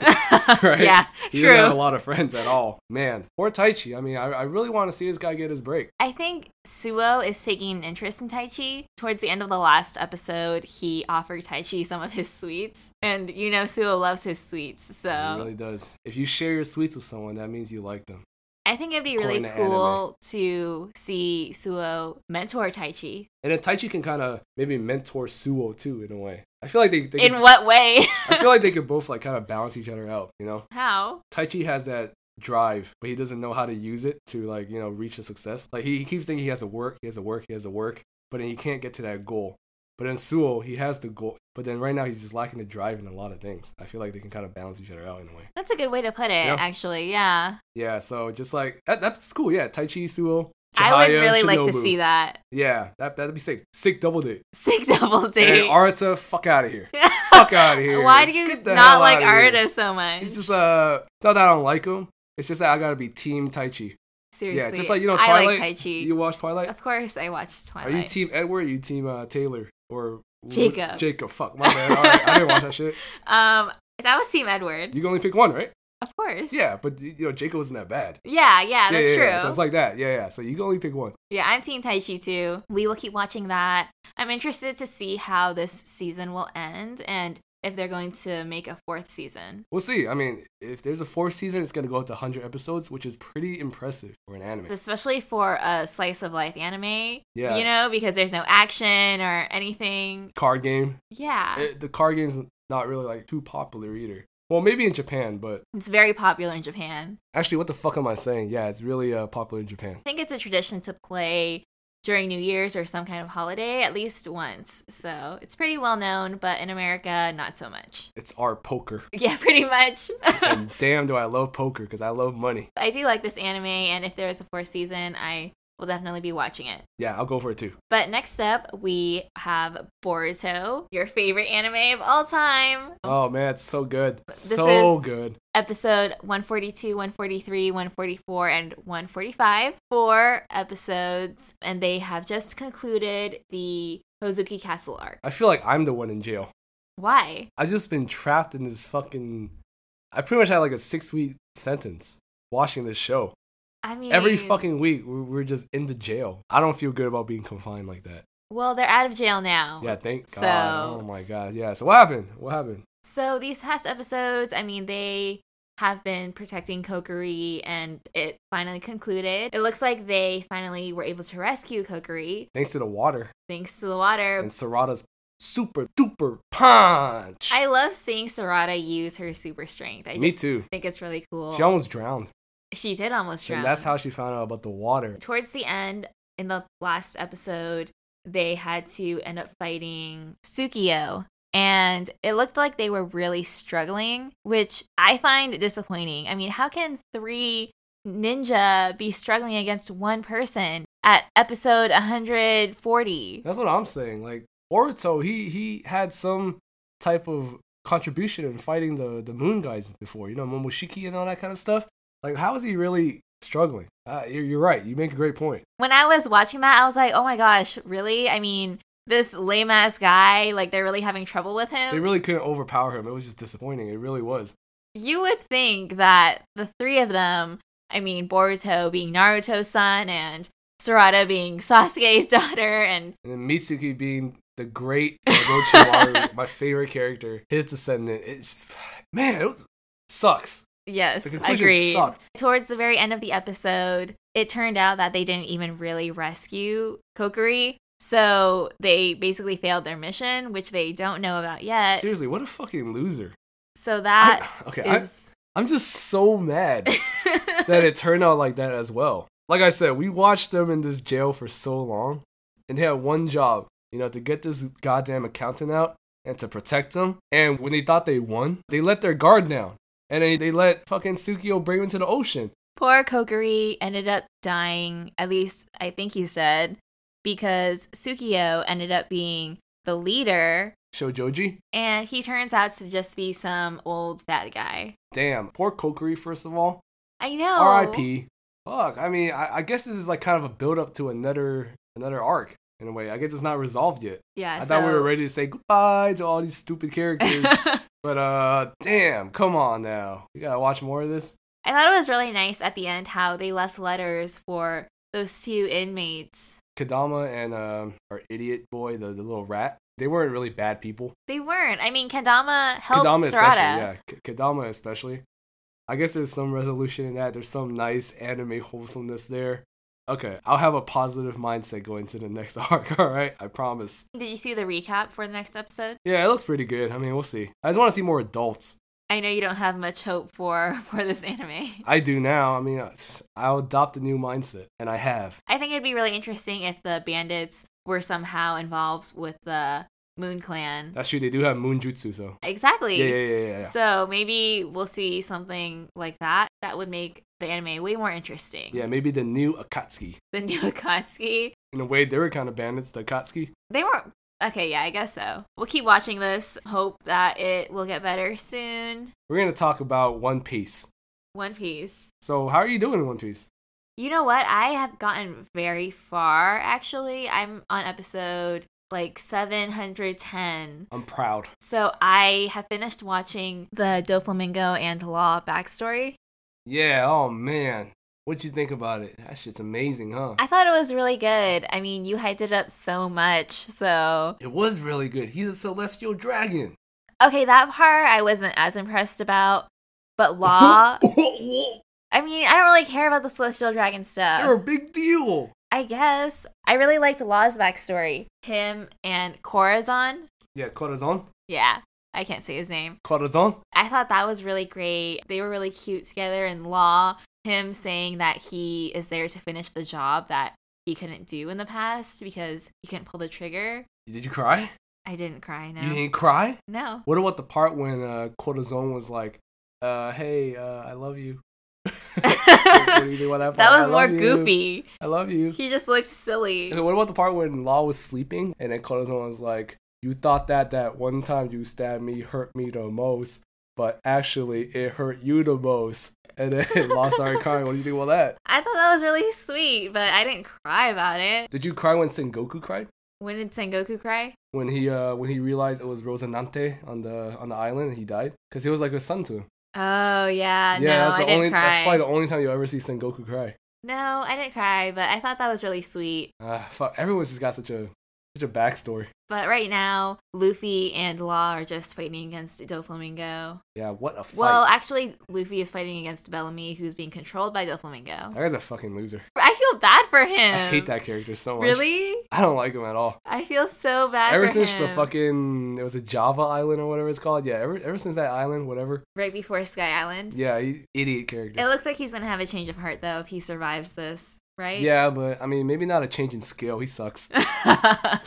Speaker 1: Right?
Speaker 2: Yeah,
Speaker 1: he doesn't have a
Speaker 2: true.
Speaker 1: lot of friends at all. Man, poor Taichi. I mean, I, I really want to see this guy get his break.
Speaker 2: I think Suo is taking an interest in Taichi. Towards the end of the last episode, he offered Taichi some of his sweets. And you know, Suo loves his sweets. So
Speaker 1: He really does. If you share your sweets with someone, that means you like them.
Speaker 2: I think it'd be really
Speaker 1: According to anime.
Speaker 2: cool to see Suo mentor Taichi.
Speaker 1: And then Taichi can kind of maybe mentor Suo too in a way. I feel like they, they
Speaker 2: in
Speaker 1: could,
Speaker 2: what way?
Speaker 1: I feel like they could both like kind of balance each other out. You know,
Speaker 2: How?
Speaker 1: Taichi has that drive, but he doesn't know how to use it to like you know reach a success. Like he, he keeps thinking he has to work, he has to work, he has to work, but then he can't get to that goal. But in Suo, he has the goal. But then right now, he's just lacking the drive in a lot of things. I feel like they can kind of balance each other out in a way.
Speaker 2: That's a good way to put it,
Speaker 1: Yeah.
Speaker 2: actually. Yeah.
Speaker 1: Yeah, so just like that, that's cool. Yeah, Tai Chi, Suo.
Speaker 2: I would
Speaker 1: Chihaya,
Speaker 2: really like to
Speaker 1: Shinobu.
Speaker 2: see that.
Speaker 1: Yeah, that, that'd be sick. Sick double date.
Speaker 2: Sick double
Speaker 1: And
Speaker 2: date.
Speaker 1: Arata, fuck out of here. fuck out of here.
Speaker 2: Why do you
Speaker 1: Get the
Speaker 2: not
Speaker 1: hell
Speaker 2: like
Speaker 1: outta here.
Speaker 2: Arda so much?
Speaker 1: It's just, uh, it's not that I don't like him. It's just that I gotta be team Tai Chi.
Speaker 2: Seriously.
Speaker 1: just like, you know,
Speaker 2: I like
Speaker 1: Twilight,
Speaker 2: Tai Chi.
Speaker 1: You watch Twilight?
Speaker 2: Of course, I watched
Speaker 1: Are
Speaker 2: Twilight.
Speaker 1: you team Edward? Or you team uh, Taylor or
Speaker 2: Jacob.
Speaker 1: Jacob, fuck my man. All right, I didn't watch that shit.
Speaker 2: um, that was Team Edward.
Speaker 1: You can only pick one, right?
Speaker 2: of course.
Speaker 1: Yeah, but you know Jacob wasn't that bad.
Speaker 2: Yeah, yeah, that's
Speaker 1: yeah,
Speaker 2: true.
Speaker 1: yeah, So it's like that. Yeah, yeah. So you can only pick one.
Speaker 2: Yeah, I'm Team Tai Chi too. We will keep watching that. I'm interested to see how this season will end and if they're going to make a fourth season.
Speaker 1: We'll see. I mean, if there's a fourth season, it's gonna go up to 100 episodes, which is pretty impressive for an anime.
Speaker 2: Especially for a slice of life anime.
Speaker 1: Yeah.
Speaker 2: You know, because there's no action or anything.
Speaker 1: card game.
Speaker 2: Yeah.
Speaker 1: It- the card game's not really like too popular either. Well, maybe in Japan, but
Speaker 2: it's very popular in Japan.
Speaker 1: actually, what the fuck am I saying? Yeah, it's really uh, popular in Japan.
Speaker 2: I think it's a tradition to play during New Year's or some kind of holiday at least once. So it's pretty well known, but in America, not so much.
Speaker 1: It's our poker.
Speaker 2: Yeah, pretty much.
Speaker 1: and damn, do I love poker because I love money.
Speaker 2: I do like this anime, and if there is a fourth season, I will definitely be watching it.
Speaker 1: Yeah, I'll go for it too.
Speaker 2: But next up, we have Boruto, your favorite anime of all time.
Speaker 1: Oh man, it's so good.
Speaker 2: This
Speaker 1: So
Speaker 2: is-
Speaker 1: good.
Speaker 2: Episode 142, 143, 144, and 145. Four episodes, and they have just concluded the Hozuki Castle arc.
Speaker 1: I feel like I'm the one in jail.
Speaker 2: Why?
Speaker 1: I've just been trapped in this fucking. I pretty much had like a six week sentence watching this show.
Speaker 2: I mean,
Speaker 1: Every fucking week, we- we're just in the jail. I don't feel good about being confined like that.
Speaker 2: Well, they're out of jail now.
Speaker 1: Yeah, thank
Speaker 2: So-
Speaker 1: God. Oh my God. Yeah. So what happened? What happened?
Speaker 2: So these past episodes, I mean, they have been protecting Kokiri and it finally concluded. It looks like they finally were able to rescue Kokiri
Speaker 1: Thanks to the water
Speaker 2: thanks to the water.
Speaker 1: and Sarada's super duper punch.
Speaker 2: I love seeing Sarada use her super strength. I
Speaker 1: Me
Speaker 2: just
Speaker 1: too.
Speaker 2: think it's really cool.
Speaker 1: She almost drowned,
Speaker 2: She did almost drown.
Speaker 1: and that's how she found out about the water.
Speaker 2: towards the end in the last episode they had to end up fighting Tsukio and it looked like they were really struggling which i find disappointing i mean how can three ninja be struggling against one person at episode 140
Speaker 1: That's what I'm saying. Like Boruto, he he had some type of contribution in fighting the the moon guys before, you know, Momoshiki and all that kind of stuff. Like, how is he really struggling? Uh, you're, you're right. You make a great point.
Speaker 2: when i was watching that i was like oh my gosh really i mean this lame ass guy like they're really having trouble with him
Speaker 1: They really couldn't overpower him. It was just disappointing. It really was.
Speaker 2: you would think that the three of them, I mean, Boruto being Naruto's son and Sarada being Sasuke's daughter, and
Speaker 1: And then Mitsuki being the great Orochimaru, my favorite character, his descendant. It's man, it was, sucks.
Speaker 2: yes,
Speaker 1: The conclusion
Speaker 2: agreed.
Speaker 1: sucked.
Speaker 2: Towards the very end of the episode, it turned out that they didn't even really rescue Kokiri. So they basically failed their mission, which they don't know about yet.
Speaker 1: Seriously, what a fucking loser.
Speaker 2: So that
Speaker 1: I- okay,
Speaker 2: Uh, is
Speaker 1: I, I'm just so mad. that it turned out like that as well. Like I said, we watched them in this jail for so long, and they had one job, you know, to get this goddamn accountant out and to protect them. And when they thought they won, they let their guard down. And they, they let fucking Tsukio bring him to the ocean.
Speaker 2: Poor Kokiri ended up dying, at least I think he said, because Tsukio ended up being the leader,
Speaker 1: Shojoji?
Speaker 2: and he turns out to just be some old fat guy.
Speaker 1: Damn. Poor Kokiri, first of all.
Speaker 2: I know.
Speaker 1: R.I.P. Fuck. I mean, I, I guess this is like kind of a build up to another another arc in a way. I guess it's not resolved yet.
Speaker 2: Yeah,
Speaker 1: I thought we
Speaker 2: so-
Speaker 1: were ready to say goodbye to all these stupid characters.
Speaker 2: I
Speaker 1: But uh damn, come on now. You gotta watch more of this?
Speaker 2: thought it was really nice at the end how they left letters for those two inmates.
Speaker 1: Kadama and um our idiot boy, the, the little rat, they weren't really bad people.
Speaker 2: They weren't. I mean, Kendama helped
Speaker 1: Kadama
Speaker 2: Sarada.
Speaker 1: especially, yeah. K- Kadama especially. I guess there's some resolution in that. There's some nice anime wholesomeness there. Okay, I'll have a positive mindset going to the next arc, alright? I promise.
Speaker 2: Did you see the recap for the next episode?
Speaker 1: Yeah, it looks pretty good. I mean, we'll see. I just wanna see more adults.
Speaker 2: I know you don't have much hope for for this anime.
Speaker 1: I do now. I mean, I- I'll adopt a new mindset, and I have.
Speaker 2: I think it'd be really interesting if the bandits were somehow involved with the Moon Clan.
Speaker 1: That's true. They do have moon jutsu, so
Speaker 2: exactly.
Speaker 1: yeah, yeah, yeah, yeah. yeah.
Speaker 2: So maybe we'll see something like that. That would make the anime way more interesting.
Speaker 1: Yeah, maybe the new Akatsuki.
Speaker 2: The new Akatsuki.
Speaker 1: In a way, they were kind of bandits, the Akatsuki.
Speaker 2: They weren't. Okay, yeah, I guess so. We'll keep watching this. Hope that it will get better soon.
Speaker 1: We're gonna talk about One Piece.
Speaker 2: One Piece.
Speaker 1: So, how are you doing in One Piece?
Speaker 2: You know what? I have gotten very far, actually. I'm on episode like 710.
Speaker 1: I'm proud.
Speaker 2: So I have finished watching the Doflamingo and Law backstory.
Speaker 1: Yeah. Oh man, what you think about it? That shit's amazing, huh?
Speaker 2: I thought it was really good. I mean, you hyped it up so much. So,
Speaker 1: it was really good. He's a celestial dragon.
Speaker 2: okay, that part I wasn't as impressed about. But Law, I mean, I don't really care about the Celestial Dragon stuff.
Speaker 1: They're a big deal.
Speaker 2: I guess. I really liked Law's backstory. Him and Corazon.
Speaker 1: Yeah, Corazon.
Speaker 2: Yeah, I can't say his name.
Speaker 1: Corazon.
Speaker 2: I thought that was really great. They were really cute together in Law. Him saying that he is there to finish the job that he couldn't do in the past because he couldn't pull the trigger.
Speaker 1: Did you cry?
Speaker 2: I didn't cry, no.
Speaker 1: You didn't cry?
Speaker 2: No.
Speaker 1: What about the part when uh, Corazon was like, uh, "Hey, uh, I love you." What do you
Speaker 2: that
Speaker 1: do with that part?
Speaker 2: was
Speaker 1: "I
Speaker 2: more
Speaker 1: love you.
Speaker 2: goofy.
Speaker 1: I love you.
Speaker 2: He just looked silly.
Speaker 1: Okay, what about the part when Law was sleeping and then Corazon was like, "You thought that that one time you stabbed me hurt me the most, but actually it hurt you the most." And then Law started crying. What do you think about that?
Speaker 2: I thought that was really sweet, but I didn't cry about it.
Speaker 1: Did you cry when Sengoku cried?
Speaker 2: When did Sengoku cry?
Speaker 1: When he uh when he realized it was Rosinante on the on the island and he died because he was like a son to him.
Speaker 2: Oh yeah, no,
Speaker 1: that's
Speaker 2: I
Speaker 1: the
Speaker 2: didn't
Speaker 1: only
Speaker 2: cry.
Speaker 1: that's probably the only time you'll ever see Sengoku cry.
Speaker 2: No, I didn't cry, but I thought that was really sweet.
Speaker 1: Uh, fuck, everyone's just got such a such a backstory.
Speaker 2: But right now, Luffy and Law are just fighting against Doflamingo.
Speaker 1: Yeah, what a fight.
Speaker 2: Well, actually, Luffy is fighting against Bellamy, who's being controlled by Doflamingo.
Speaker 1: that guy's a fucking loser.
Speaker 2: I feel bad for him.
Speaker 1: I hate that character so much.
Speaker 2: Um, Really?
Speaker 1: I don't like him at all.
Speaker 2: I feel so bad.
Speaker 1: ever
Speaker 2: for
Speaker 1: since the
Speaker 2: him.
Speaker 1: fucking it was a Java island or whatever it's called. Yeah, ever ever since that island, whatever.
Speaker 2: right before Sky Island.
Speaker 1: Yeah, he, idiot
Speaker 2: It
Speaker 1: character.
Speaker 2: looks like he's gonna have a change of heart though if he survives this, right?
Speaker 1: Yeah, but I mean, maybe not a change in skill. He sucks.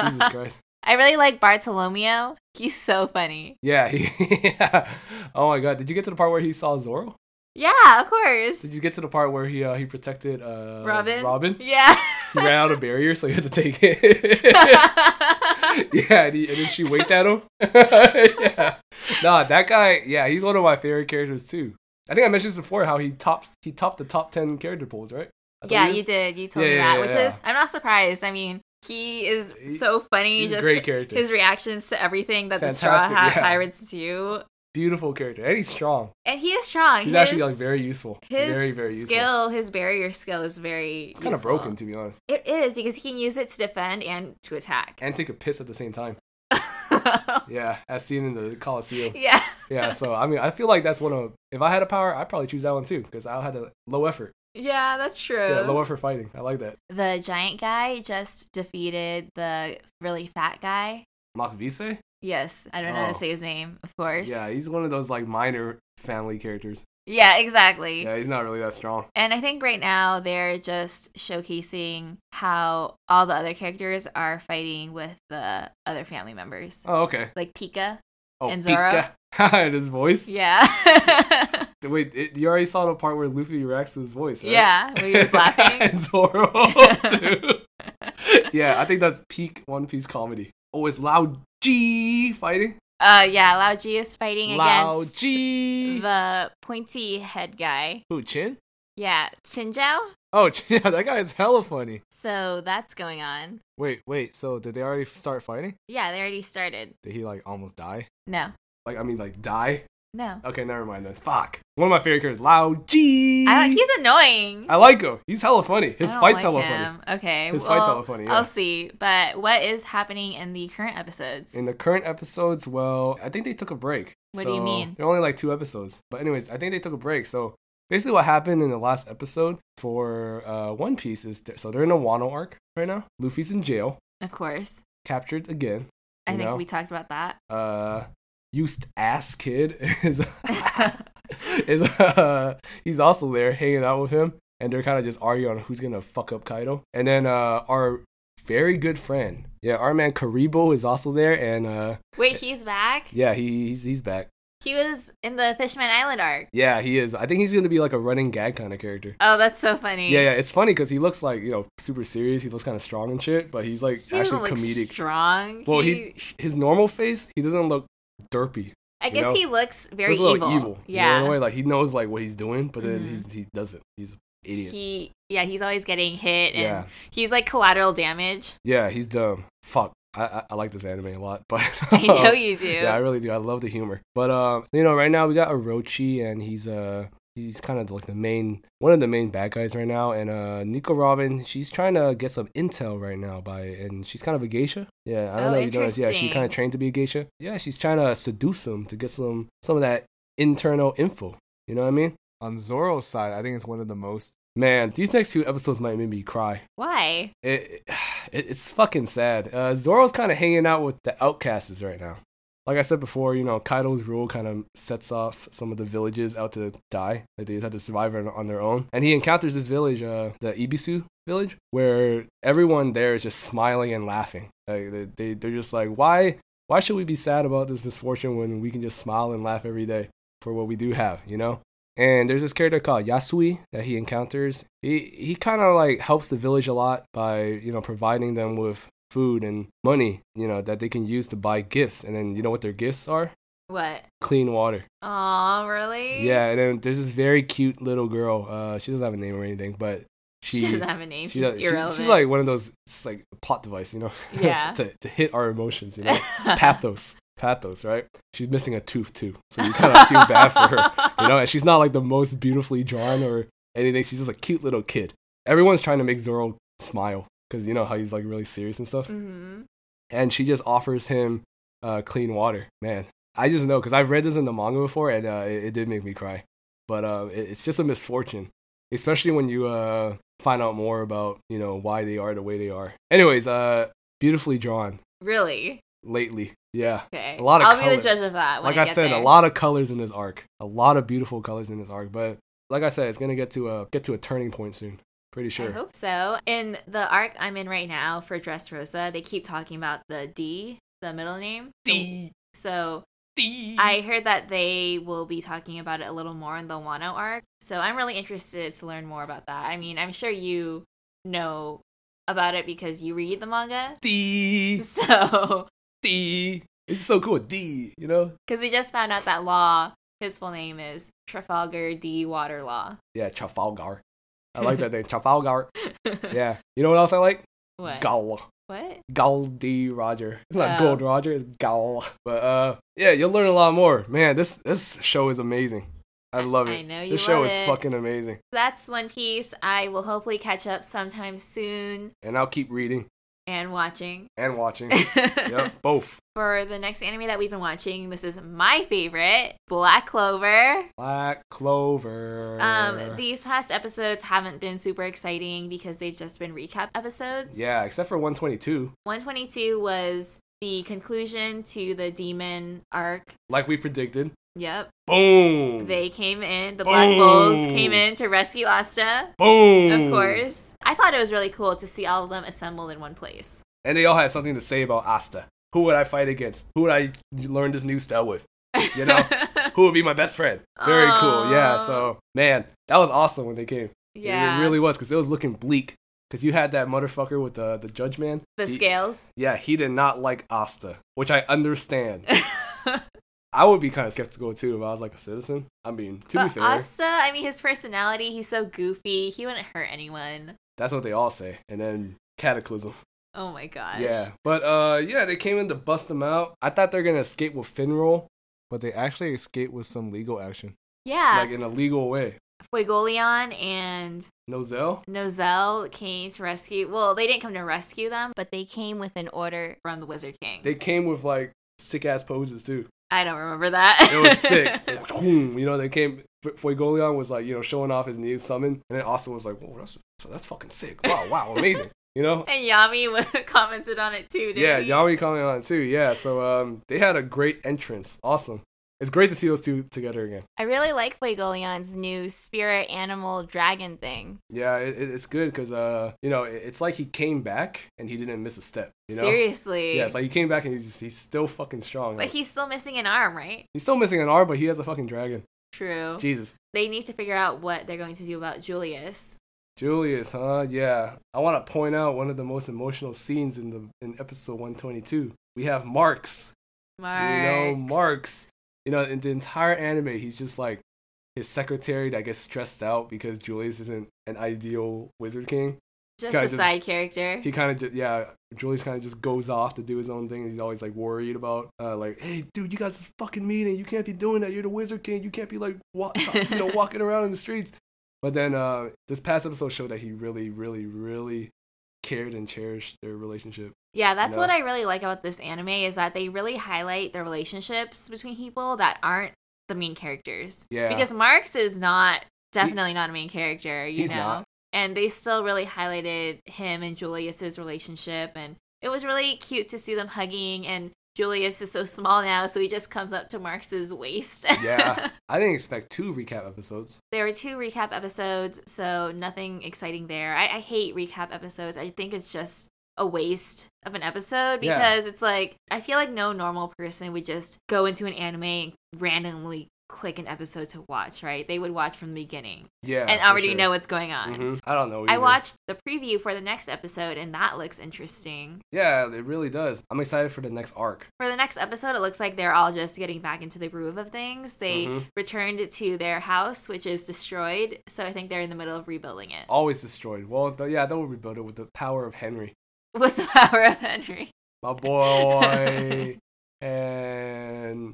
Speaker 1: Jesus Christ.
Speaker 2: I really like Bartolomeo. He's so funny.
Speaker 1: Yeah, he, yeah. Oh my god, did you get to the part where he saw Zoro?
Speaker 2: Yeah, of course.
Speaker 1: Did you get to the part where he uh, he protected uh,
Speaker 2: Robin.
Speaker 1: Robin.
Speaker 2: Yeah.
Speaker 1: He ran out of barrier, so he had to take it.
Speaker 2: I
Speaker 1: yeah, and, he, and then she winked at him. yeah. Nah, that guy, yeah, he's one of my favorite characters too. I think I mentioned this before how he tops he topped the top ten character pools, right? I thought
Speaker 2: yeah,
Speaker 1: he
Speaker 2: you
Speaker 1: was-
Speaker 2: did. You told
Speaker 1: Yeah,
Speaker 2: me
Speaker 1: yeah,
Speaker 2: that,
Speaker 1: yeah,
Speaker 2: which
Speaker 1: yeah.
Speaker 2: is I'm not surprised. I mean, he is
Speaker 1: He-
Speaker 2: so funny.
Speaker 1: He's a
Speaker 2: just
Speaker 1: great character.
Speaker 2: his reactions to everything that the Straw
Speaker 1: Fantastic,
Speaker 2: Hat
Speaker 1: yeah.
Speaker 2: Pirates do,
Speaker 1: Beautiful character, and he's strong.
Speaker 2: and he is strong.
Speaker 1: He's
Speaker 2: his
Speaker 1: actually like very useful.
Speaker 2: his
Speaker 1: very very useful.
Speaker 2: skill, his barrier skill, is very.
Speaker 1: it's kind of
Speaker 2: useful.
Speaker 1: broken to be honest,
Speaker 2: It is because he can use it to defend and to attack.
Speaker 1: and take a piss at the same time. Yeah, as seen in the Coliseum.
Speaker 2: yeah.
Speaker 1: yeah, so I mean, I feel like that's one of if I had a power, I'd probably choose that one too because I had a low effort.
Speaker 2: Yeah, that's true.
Speaker 1: Yeah, low effort fighting. I like that.
Speaker 2: the giant guy just defeated the really fat guy.
Speaker 1: Makavise.
Speaker 2: Yes, I don't know how
Speaker 1: Oh.
Speaker 2: to say his name, of course.
Speaker 1: Yeah, he's one of those like minor family characters.
Speaker 2: Yeah, exactly.
Speaker 1: Yeah, he's not really that strong.
Speaker 2: And I think right now they're just showcasing how all the other characters are fighting with the other family members.
Speaker 1: Oh, okay.
Speaker 2: Like Pika.
Speaker 1: Oh,
Speaker 2: And Zoro?
Speaker 1: Pika. and his voice.
Speaker 2: Yeah.
Speaker 1: Wait, it, you already saw the part where Luffy reacts to his voice, right?
Speaker 2: yeah. Where he was laughing.
Speaker 1: and Zoro too. yeah, I think that's peak One Piece comedy. Oh, it's Lao G fighting.
Speaker 2: Uh yeah, Lao G is fighting
Speaker 1: Lao
Speaker 2: against
Speaker 1: G.
Speaker 2: the pointy head guy.
Speaker 1: Who Chin?
Speaker 2: Yeah, Qin Zhao.
Speaker 1: Oh, Chin. Yeah, that guy is hella funny.
Speaker 2: So that's going on.
Speaker 3: Wait, wait. So did they already f- start fighting?
Speaker 2: Yeah, they already started.
Speaker 3: Did he like almost die?
Speaker 2: No,
Speaker 1: Like I mean, like die.
Speaker 2: no.
Speaker 1: Okay, never mind then. Fuck. One of my favorite characters, Lao G.
Speaker 2: I don't, he's annoying.
Speaker 1: I like him. He's hella funny. Oh, His
Speaker 2: I don't
Speaker 1: fight's
Speaker 2: like
Speaker 1: hella funny.
Speaker 2: him. Okay.
Speaker 1: His
Speaker 2: well,
Speaker 1: fight's hella funny. Yeah.
Speaker 2: I'll see. But what is happening in the current episodes?
Speaker 1: In the current episodes, well, I think they took a break.
Speaker 2: What do you
Speaker 1: So,
Speaker 2: mean?
Speaker 1: They're only like two episodes. But anyways, I think they took a break. So basically what happened in the last episode for uh, One Piece is th- so they're in a Wano arc right now. Luffy's in jail,
Speaker 2: of course.
Speaker 1: captured again.
Speaker 2: I
Speaker 1: You
Speaker 2: think
Speaker 1: know?
Speaker 2: we talked about that.
Speaker 1: Uh used ass kid is is uh, he's also there hanging out with him and they're kind of just arguing on who's going to fuck up Kaido. And then uh our very good friend. Yeah, our man Karibo is also there, and uh,
Speaker 2: Wait, he's back.
Speaker 1: yeah, he, he's he's back.
Speaker 2: He was in the Fishman Island arc.
Speaker 1: Yeah, he is. I think he's gonna be like a running gag kind of character.
Speaker 2: Oh, that's so funny.
Speaker 1: Yeah, yeah, it's funny because he looks like you know super serious. He looks kind of strong and shit, but he's like
Speaker 2: He doesn't
Speaker 1: actually
Speaker 2: look
Speaker 1: comedic.
Speaker 2: strong.
Speaker 1: Well, he his normal face, he doesn't look derpy.
Speaker 2: I
Speaker 1: you
Speaker 2: guess
Speaker 1: know,
Speaker 2: he looks very
Speaker 1: He's a little
Speaker 2: evil.
Speaker 1: evil. you know,
Speaker 2: Yeah.
Speaker 1: in a way, like he knows like what he's doing, but then
Speaker 2: Mhm.
Speaker 1: he's, he doesn't. He's an idiot.
Speaker 2: He yeah, he's always getting hit and
Speaker 1: Yeah.
Speaker 2: he's like collateral damage.
Speaker 1: yeah, he's dumb. Fuck. I, I, I like this anime a lot, but um,
Speaker 2: I know you do.
Speaker 1: Yeah, I really do. I love the humor. But um, you know, right now we got Orochi, and he's uh he's kind of like the main one of the main bad guys right now. And uh, Nico Robin, she's trying to get some intel right now by, and she's kind of a geisha. Yeah, I don't
Speaker 2: Oh,
Speaker 1: know if you noticed. Yeah, she kind of
Speaker 2: interesting.
Speaker 1: trained to be a geisha. Yeah, she's trying to seduce him to get some some of that internal info. You know what I mean?
Speaker 3: On Zoro's side, I think it's one of the most.
Speaker 1: Man, these next few episodes might make me cry.
Speaker 2: Why?
Speaker 1: It, it it's fucking sad. Uh, Zoro's kind of hanging out with the outcasts right now. Like I said before, you know, Kaido's rule kind of sets off some of the villages out to die. Like they just have to survive on, on their own. And he encounters this village, uh, the Ibisu village, where everyone there is just smiling and laughing. Like they, they they're just like, why why should we be sad about this misfortune when we can just smile and laugh every day for what we do have, you know? And there's this character called Yasui that he encounters. He he kind of like helps the village a lot by you know providing them with food and money, you know, that they can use to buy gifts. And then you know what their gifts are?
Speaker 2: What?
Speaker 1: Clean water.
Speaker 2: Oh, really?
Speaker 1: Yeah. And then there's this very cute little girl. Uh, she doesn't have a name or anything, but she.
Speaker 2: She, doesn't have a name.
Speaker 1: she
Speaker 2: She's
Speaker 1: does- she's,
Speaker 2: irrelevant.
Speaker 1: she's like one of those it's like plot device, you know,
Speaker 2: Yeah.
Speaker 1: to, to hit our emotions, you know, pathos, pathos, right? She's missing a tooth too, so you kind of feel bad for her you know, and she's not like the most beautifully drawn or anything. She's just a cute little kid. Everyone's trying to make Zoro smile because you know how he's like really serious and stuff.
Speaker 2: hmm
Speaker 1: And she just offers him uh, clean water. Man, I just know because I've read this in the manga before and uh, it, it did make me cry. But uh, it, it's just a misfortune, especially when you uh, find out more about you know why they are the way they are. Anyways, uh, beautifully drawn
Speaker 2: Really?
Speaker 1: lately. Yeah,
Speaker 2: Okay.
Speaker 1: A lot of
Speaker 2: I'll be
Speaker 1: color.
Speaker 2: the judge of that. When
Speaker 1: like I,
Speaker 2: get
Speaker 1: said,
Speaker 2: there.
Speaker 1: a lot of colors in this arc, a lot of beautiful colors in this arc. But like I said, it's gonna get to a get to a turning point soon. Pretty
Speaker 2: I
Speaker 1: sure.
Speaker 2: hope so. In the arc I'm in right now for Dress Rosa, they keep talking about the D, the middle name. D. So I heard that they will be talking about it a little more in the Wano arc. So I'm really interested to learn more about that. I mean, I'm sure you know about it because you read the manga.
Speaker 1: D
Speaker 2: So,
Speaker 1: D. It's just so cool. D. You know.
Speaker 2: because we just found out that Law, his full name is Trafalgar D. Water Law.
Speaker 1: Yeah, Trafalgar. I like that name, Trafalgar. Yeah. You know what else I like?
Speaker 2: what?
Speaker 1: Gaul.
Speaker 2: What?
Speaker 1: Goldy Roger. It's not
Speaker 2: Oh.
Speaker 1: Gold Roger. It's Gaul. But uh, yeah, you'll learn a lot more. Man, this this show is amazing. I love it.
Speaker 2: I know you
Speaker 1: This show
Speaker 2: love
Speaker 1: is
Speaker 2: it.
Speaker 1: fucking amazing.
Speaker 2: That's One Piece. I will hopefully catch up sometime soon
Speaker 1: And I'll keep reading
Speaker 2: and watching.
Speaker 1: and watching. yep, both.
Speaker 2: For the next anime that we've been watching, this is my favorite, Black Clover.
Speaker 1: Black Clover.
Speaker 2: Um, these past episodes haven't been super exciting because they've just been recap episodes.
Speaker 1: yeah, except for 122,
Speaker 2: 122 was the conclusion to the demon arc.
Speaker 1: like we predicted.
Speaker 2: Yep.
Speaker 1: Boom.
Speaker 2: They came in, the Black Bulls came in to rescue Asta,
Speaker 1: Boom.
Speaker 2: of course. I thought it was really cool to see all of them assembled in one place.
Speaker 1: And they all had something to say about Asta. Who would I fight against? Who would I learn this new spell with? You know? Who would be my best friend? Very cool. Yeah.
Speaker 2: Aw.
Speaker 1: So, man, that was awesome when they came. It-
Speaker 2: yeah.
Speaker 1: It really was because it was looking bleak. Because you had that motherfucker with the, the judge man.
Speaker 2: the
Speaker 1: He-
Speaker 2: scales.
Speaker 1: Yeah, he did not like Asta, which I understand. I would be kind of skeptical too if I was like a citizen. I mean, to be
Speaker 2: but
Speaker 1: fair,
Speaker 2: Asta, I mean, his personality, he's so goofy. He wouldn't hurt anyone.
Speaker 1: That's what they all say. And then Cataclysm.
Speaker 2: Oh my gosh.
Speaker 1: Yeah. But uh yeah, they came in to bust them out. I thought they're gonna escape with Finroll,
Speaker 3: But they actually escaped with some legal action.
Speaker 2: Yeah.
Speaker 1: like in a legal way.
Speaker 2: Fuegolion and
Speaker 1: Nozel?
Speaker 2: Nozel came to rescue. Well, they didn't come to rescue them, but they came with an order from the Wizard King.
Speaker 1: They came with like sick ass poses too.
Speaker 2: I don't remember that.
Speaker 1: It was sick. Boom, you know, they came F- Fuegolion was like, you know, showing off his new summon, and then Austin was like, Whoa, that's that's fucking sick. Wow, wow, amazing. You know?
Speaker 2: and Yami wa- commented on it too, didn't
Speaker 1: Yeah,
Speaker 2: he?
Speaker 1: Yami commented on it too. Yeah, so um they had a great entrance. Awesome. It's great to see those two together again.
Speaker 2: I really like Fuegolian's new spirit animal dragon thing.
Speaker 1: Yeah, it, it- it's good because uh, you know, it- it's like he came back and he didn't miss a step. You know,
Speaker 2: Seriously.
Speaker 1: yeah, it's like he came back and he's just, he's still fucking strong.
Speaker 2: but
Speaker 1: Like,
Speaker 2: he's still missing an arm, right?
Speaker 1: he's still missing an arm, but he has a fucking dragon.
Speaker 2: True.
Speaker 1: Jesus,
Speaker 2: they need to figure out what they're going to do about Julius.
Speaker 1: Julius, huh? Yeah, I want to point out one of the most emotional scenes in the in episode 122. We have Marks.
Speaker 2: Mark.
Speaker 1: You know, Marks. You know, in the entire anime, he's just like his secretary that gets stressed out because Julius isn't an ideal wizard king.
Speaker 2: Just
Speaker 1: guy
Speaker 2: a
Speaker 1: just-
Speaker 2: side character.
Speaker 1: he kind of just yeah julius kind of just goes off to do his own thing and he's always like worried about uh like hey dude you got this fucking meeting you can't be doing that you're the wizard king you can't be like wa- you know walking around in the streets but then uh this past episode showed that he really really really cared and cherished their relationship
Speaker 2: yeah, that's
Speaker 1: No.
Speaker 2: what I really like about this anime is that they really highlight the relationships between people that aren't the main characters.
Speaker 1: yeah
Speaker 2: Because Marx is not definitely not a main character, you
Speaker 1: he's
Speaker 2: know.
Speaker 1: not.
Speaker 2: And they still really highlighted him and Julius's relationship and it was really cute to see them hugging and Julius is so small now, so he just comes up to Marx's waist.
Speaker 1: Yeah. i didn't expect two recap episodes
Speaker 2: There were two recap episodes, so nothing exciting there. I, I hate recap episodes. I think it's just a waste of an episode
Speaker 1: Yeah.
Speaker 2: because it's like I feel like no normal person would just go into an anime and randomly click an episode to watch, right? They would watch from the beginning
Speaker 1: yeah
Speaker 2: and
Speaker 1: for
Speaker 2: already
Speaker 1: sure.
Speaker 2: know what's going on.
Speaker 1: Mhm. i don't know
Speaker 2: I
Speaker 1: either.
Speaker 2: watched the preview for the next episode and that looks interesting.
Speaker 1: yeah it really does i'm excited for the next arc
Speaker 2: For the next episode, it looks like they're all just getting back into the groove of things. They
Speaker 1: Mhm.
Speaker 2: returned to their house, which is destroyed, so I think they're in the middle of rebuilding it.
Speaker 1: always destroyed well th- yeah they'll rebuild it with the power of henry
Speaker 2: with the power of Henry.
Speaker 1: my boy and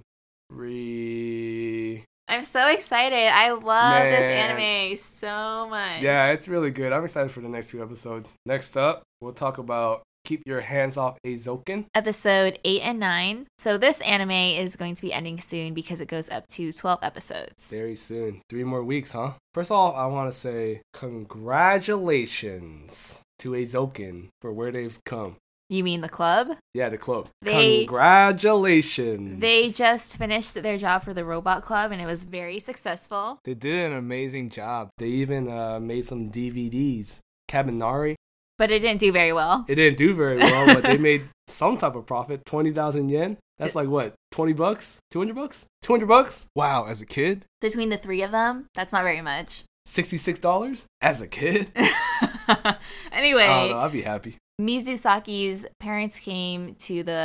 Speaker 1: re
Speaker 2: I'm so excited. I love this
Speaker 1: Man.
Speaker 2: anime so much.
Speaker 1: yeah it's really good i'm excited for the next few episodes next up we'll talk about keep your hands off azokin
Speaker 2: Episode 8 and 9. So, this anime is going to be ending soon because it goes up to 12 episodes.
Speaker 1: very soon three more weeks huh first off i want to say congratulations to azokin for where they've come
Speaker 2: You mean the club?
Speaker 1: yeah the club
Speaker 2: They-
Speaker 1: congratulations
Speaker 2: They just finished their job for the Robot Club and it was very successful.
Speaker 3: They did an amazing job.
Speaker 1: they even uh, made some dvds cabinari
Speaker 2: But it didn't do very well.
Speaker 1: it didn't do very well, but they made some type of profit. Twenty thousand yen. That's like what? Twenty bucks? Two hundred bucks? Two hundred bucks?
Speaker 3: Wow, as a kid,
Speaker 2: Between the three of them, that's not very much.
Speaker 1: Sixty-six dollars as a kid? I don't know.
Speaker 2: anyway,
Speaker 1: I'd be happy.
Speaker 2: Mizusaki's parents came to the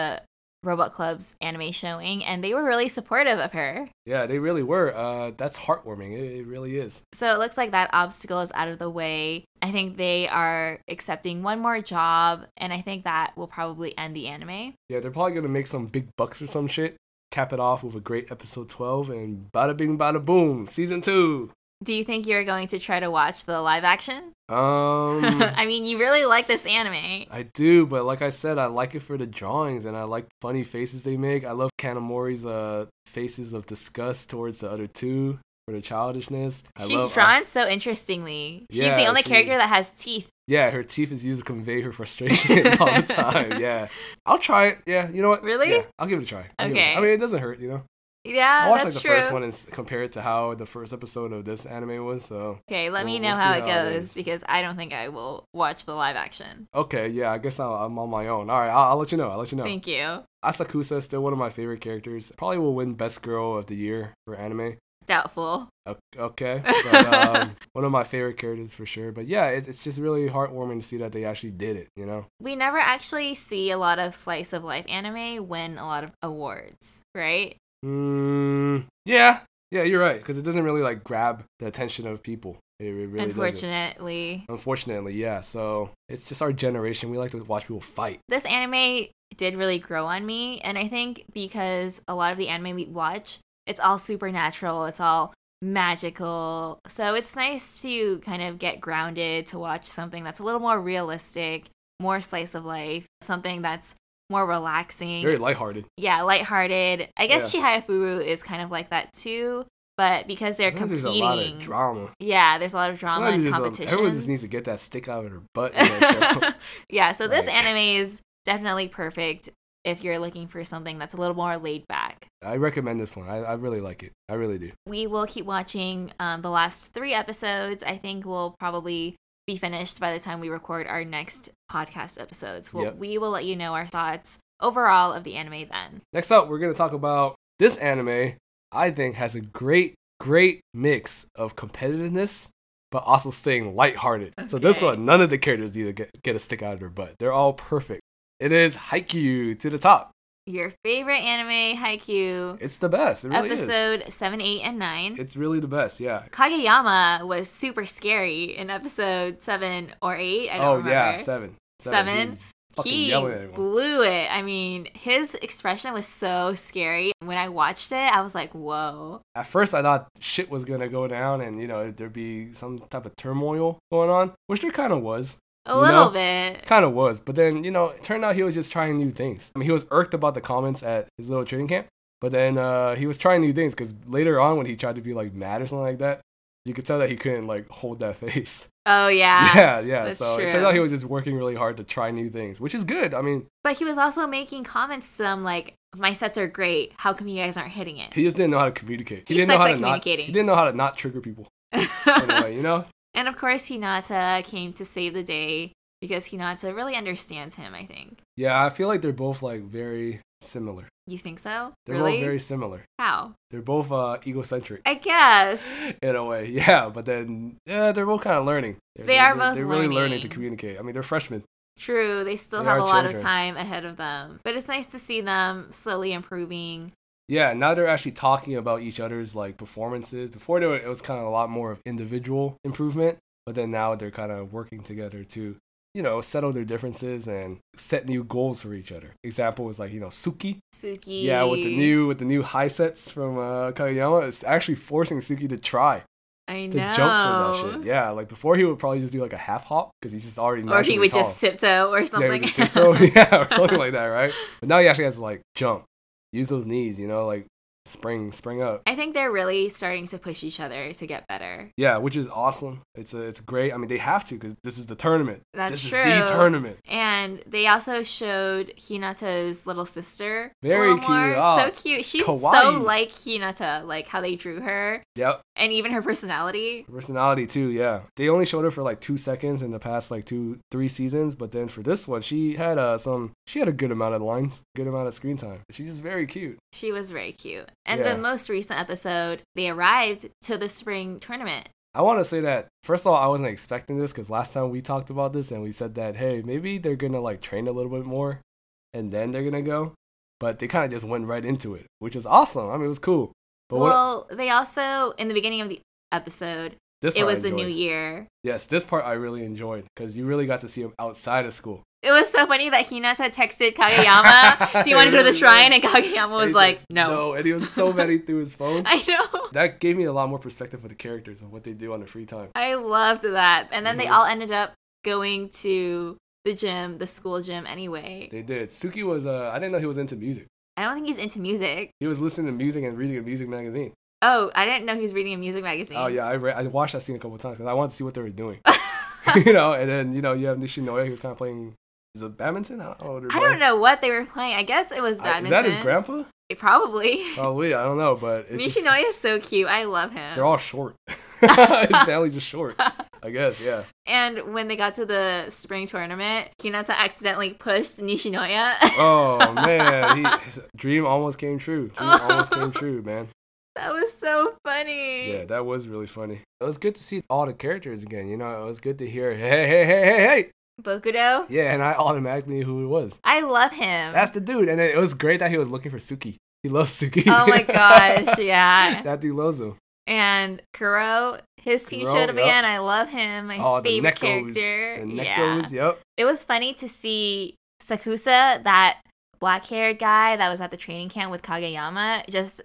Speaker 2: Robot Club's anime showing and they were really supportive of her.
Speaker 1: Yeah, they really were. Uh, that's heartwarming. It, it really is.
Speaker 2: So it looks like that obstacle is out of the way. I think they are accepting one more job, and I think that will probably end the anime.
Speaker 1: Yeah, they're probably gonna make some big bucks or some shit. Cap it off with a great episode twelve, and bada bing, bada boom, season two.
Speaker 2: Do you think you're going to try to watch the live action?
Speaker 1: Um,
Speaker 2: I mean, you really like this anime.
Speaker 1: I do, but like I said, I like it for the drawings and I like funny faces they make. I love Kanamori's uh faces of disgust towards the other two for their childishness. I
Speaker 2: She's
Speaker 1: love-
Speaker 2: drawn so interestingly. She's the
Speaker 1: Yeah,
Speaker 2: only
Speaker 1: she-
Speaker 2: character that has teeth.
Speaker 1: yeah, her teeth is used to convey her frustration all the time. Yeah, I'll try it. Yeah, you know what?
Speaker 2: Really?
Speaker 1: Yeah, I'll give it a try. I'll give it a try.
Speaker 2: Okay.
Speaker 1: I mean, it doesn't hurt, you know.
Speaker 2: Yeah,
Speaker 1: I watched like
Speaker 2: that's
Speaker 1: the
Speaker 2: true.
Speaker 1: first one and s- compare it to how the first episode of this anime was. So
Speaker 2: Okay, let me
Speaker 1: We'll-
Speaker 2: know
Speaker 1: we'll see
Speaker 2: how it
Speaker 1: how it
Speaker 2: goes
Speaker 1: is.
Speaker 2: because I don't think I will watch the live action.
Speaker 1: okay, yeah, I guess I'll, I'm on my own. All right, I'll, I'll let you know. I'll let you know.
Speaker 2: Thank you.
Speaker 1: Asakusa is still one of my favorite characters. Probably will win best girl of the year for anime.
Speaker 2: Doubtful.
Speaker 1: O- Okay. But, um, one of my favorite characters for sure. But yeah, it, it's just really heartwarming to see that they actually did it, you know?
Speaker 2: we never actually see a lot of slice of life anime win a lot of awards, right?
Speaker 1: Mm, yeah. Yeah, you're right. Because it doesn't really like grab the attention of people. It, it really doesn't.
Speaker 2: Unfortunately,
Speaker 1: Unfortunately, yeah. So it's just our generation. We like to watch people fight.
Speaker 2: this anime did really grow on me, and I think because a lot of the anime we watch, it's all supernatural, it's all magical. So it's nice to kind of get grounded to watch something that's a little more realistic, more slice of life, something that's more relaxing.
Speaker 1: Very lighthearted.
Speaker 2: yeah, lighthearted. I guess Shihayafuru is kind of like that too, but because they're
Speaker 1: Sometimes
Speaker 2: competing,
Speaker 1: There's a lot of drama.
Speaker 2: yeah, there's a lot of drama
Speaker 1: Sometimes
Speaker 2: and
Speaker 1: there's a-
Speaker 2: competition.
Speaker 1: everyone just needs to get that stick out of their butt. in that show.
Speaker 2: yeah, so this
Speaker 1: Right.
Speaker 2: anime is definitely perfect if you're looking for something that's a little more laid back.
Speaker 1: I recommend this one. I, I really like it. I really do.
Speaker 2: We will keep watching um, the last three episodes. I think we'll probably be finished by the time we record our next podcast episodes. We'll,
Speaker 1: Yep.
Speaker 2: We will let you know our thoughts overall of the anime then.
Speaker 1: Next up, we're going to talk about this anime I think has a great, great mix of competitiveness, but also staying lighthearted. So this
Speaker 2: Okay.
Speaker 1: one, none of the characters need to get, get a stick out of their butt. They're all perfect. It is Haikyuu to the top.
Speaker 2: Your favorite anime, Haikyuu,
Speaker 1: It's the best. It really is.
Speaker 2: episode 7, 8, and 9.
Speaker 1: It's really the best, yeah.
Speaker 2: Kageyama was super scary in episode 7 or 8. I don't
Speaker 1: oh,
Speaker 2: remember.
Speaker 1: yeah, seven.
Speaker 2: Seven?
Speaker 1: He's fucking
Speaker 2: he
Speaker 1: yelling at everyone.
Speaker 2: blew it. I mean, his expression was so scary. When I watched it, I was like, whoa.
Speaker 1: at first I thought shit was gonna go down and you know there'd be some type of turmoil going on, which there kind of was,
Speaker 2: A
Speaker 1: You
Speaker 2: little
Speaker 1: know?
Speaker 2: bit.
Speaker 1: kind of was. But then you know it turned out he was just trying new things. I mean he was irked about the comments at his little training camp, but then uh, he was trying new things because later on when he tried to be like mad or something like that, you could tell that he couldn't like hold that face.
Speaker 2: Oh, yeah.
Speaker 1: yeah, yeah.
Speaker 2: that's
Speaker 1: So it
Speaker 2: true.
Speaker 1: turned out he was just working really hard to try new things, which is good. I mean
Speaker 2: But he was also making comments to them like, my sets are great. How come you guys aren't hitting it?
Speaker 1: he just didn't know how to communicate. He,
Speaker 2: He
Speaker 1: didn't know
Speaker 2: sucks
Speaker 1: how
Speaker 2: at
Speaker 1: to not. He
Speaker 2: communicating.
Speaker 1: didn't know how to not trigger people. Anyway, you know.
Speaker 2: and of course, Hinata came to save the day because Hinata really understands him, I think.
Speaker 1: Yeah, I feel like they're both like very similar.
Speaker 2: You think so?
Speaker 1: They're
Speaker 2: really?
Speaker 1: both very similar.
Speaker 2: How?
Speaker 1: They're both uh, egocentric
Speaker 2: I guess.
Speaker 1: in a way, yeah. But then, yeah, they're both kind of learning. They're,
Speaker 2: They are
Speaker 1: they're,
Speaker 2: both
Speaker 1: They're really learning to
Speaker 2: learning.
Speaker 1: communicate. I mean, they're freshmen.
Speaker 2: True, they still
Speaker 1: They
Speaker 2: have
Speaker 1: are
Speaker 2: a lot of
Speaker 1: children.
Speaker 2: time ahead of them. But it's nice to see them slowly improving.
Speaker 1: Yeah, now they're actually talking about each other's like performances. Before they were, it was kind of a lot more of individual improvement, but then now they're kind of working together to, you know, settle their differences and set new goals for each other. Example was like you know Suki.
Speaker 2: Suki.
Speaker 1: Yeah, with the new with the new high sets from uh, Kageyama, it's actually forcing Suki to try.
Speaker 2: I
Speaker 1: to
Speaker 2: know.
Speaker 1: jump for that shit. Yeah, like before he would probably just do like a half hop because he's just already
Speaker 2: Or he
Speaker 1: naturally
Speaker 2: would
Speaker 1: tall.
Speaker 2: just tiptoe or
Speaker 1: yeah, he
Speaker 2: something.
Speaker 1: would just tiptoe, yeah, or something like that, right? But now he actually has to like jump, use those knees, you know, like spring, spring up.
Speaker 2: I think they're really starting to push each other to get better.
Speaker 1: Yeah, which is awesome. It's a, it's great. I mean, they have to because this is the tournament.
Speaker 2: That's
Speaker 1: this
Speaker 2: true.
Speaker 1: is the tournament.
Speaker 2: And they also showed Hinata's little sister. a
Speaker 1: Very
Speaker 2: little
Speaker 1: cute.
Speaker 2: more.
Speaker 1: Ah,
Speaker 2: so cute. She's so
Speaker 1: kawaii.
Speaker 2: like Hinata, like how they drew her
Speaker 1: Yep,
Speaker 2: and even her personality.
Speaker 1: personality too. Yeah, they only showed her for like two seconds in the past like two, three seasons, but then for this one, she had uh, some. She had a good amount of lines, good amount of screen time. She's just very cute.
Speaker 2: She was very cute. And
Speaker 1: Yeah.
Speaker 2: the most recent episode, they arrived to the spring tournament.
Speaker 1: I want to say that first of all, I wasn't expecting this because last time we talked about this and we said that hey, maybe they're gonna like train a little bit more, and then they're gonna go. But they kind of just went right into it, which is awesome. I mean, it was cool. But what
Speaker 2: well, they also in the beginning of the episode,
Speaker 1: this
Speaker 2: it
Speaker 1: part I
Speaker 2: was the new
Speaker 1: enjoyed.
Speaker 2: year.
Speaker 1: Yes, this part I really enjoyed because you really got to see them outside of school.
Speaker 2: It was so funny that Hinata texted Kageyama, "Do you want to go to the shrine?" And Kageyama
Speaker 1: And
Speaker 2: was
Speaker 1: he's
Speaker 2: like, "No."
Speaker 1: no, and he was so many through his phone.
Speaker 2: I know.
Speaker 1: That gave me a lot more perspective for the characters and what they do on their free time.
Speaker 2: I loved that. And then they
Speaker 1: Mhm.
Speaker 2: all ended up going to the gym, the school gym anyway.
Speaker 1: They did. Suki was uh, I didn't know he was into music.
Speaker 2: I don't think he's into music.
Speaker 1: He was listening to music and reading a music magazine.
Speaker 2: Oh, I didn't know he was reading a music magazine.
Speaker 1: Oh yeah, I re- I watched that scene a couple times because I wanted to see what they were doing. you know, and then you know you have Nishinoya who's kind of playing is it badminton? I don't know. what they're
Speaker 2: I don't
Speaker 1: playing.
Speaker 2: know what they were playing. I guess it was
Speaker 1: I-
Speaker 2: badminton.
Speaker 1: is that his grandpa?
Speaker 2: Probably.
Speaker 1: Probably. I don't know, but it's just,
Speaker 2: Nishinoya is so cute. I love him.
Speaker 1: they're all short. his family's just short. I guess. Yeah.
Speaker 2: and when they got to the spring tournament, Hinata accidentally pushed Nishinoya.
Speaker 1: Oh man, he, his dream almost came true. Dream almost came true, man.
Speaker 2: that was so funny.
Speaker 1: Yeah, that was really funny. It was good to see all the characters again. You know, it was good to hear. Hey, hey, hey, hey, hey.
Speaker 2: Bokudo.
Speaker 1: Yeah, and I automatically knew who it was.
Speaker 2: I love him.
Speaker 1: That's the dude. And it was great that he was looking for Suki. He loves Suki.
Speaker 2: oh my gosh, yeah.
Speaker 1: that dude loves him.
Speaker 2: And Kuro, his t
Speaker 1: Kuro,
Speaker 2: shirt
Speaker 1: yep.
Speaker 2: again, I love him. My
Speaker 1: Oh, the
Speaker 2: favorite
Speaker 1: Nekos.
Speaker 2: character.
Speaker 1: The
Speaker 2: yeah.
Speaker 1: Nekos, yep.
Speaker 2: It was funny to see Sakusa, that black haired guy that was at the training camp with Kageyama, just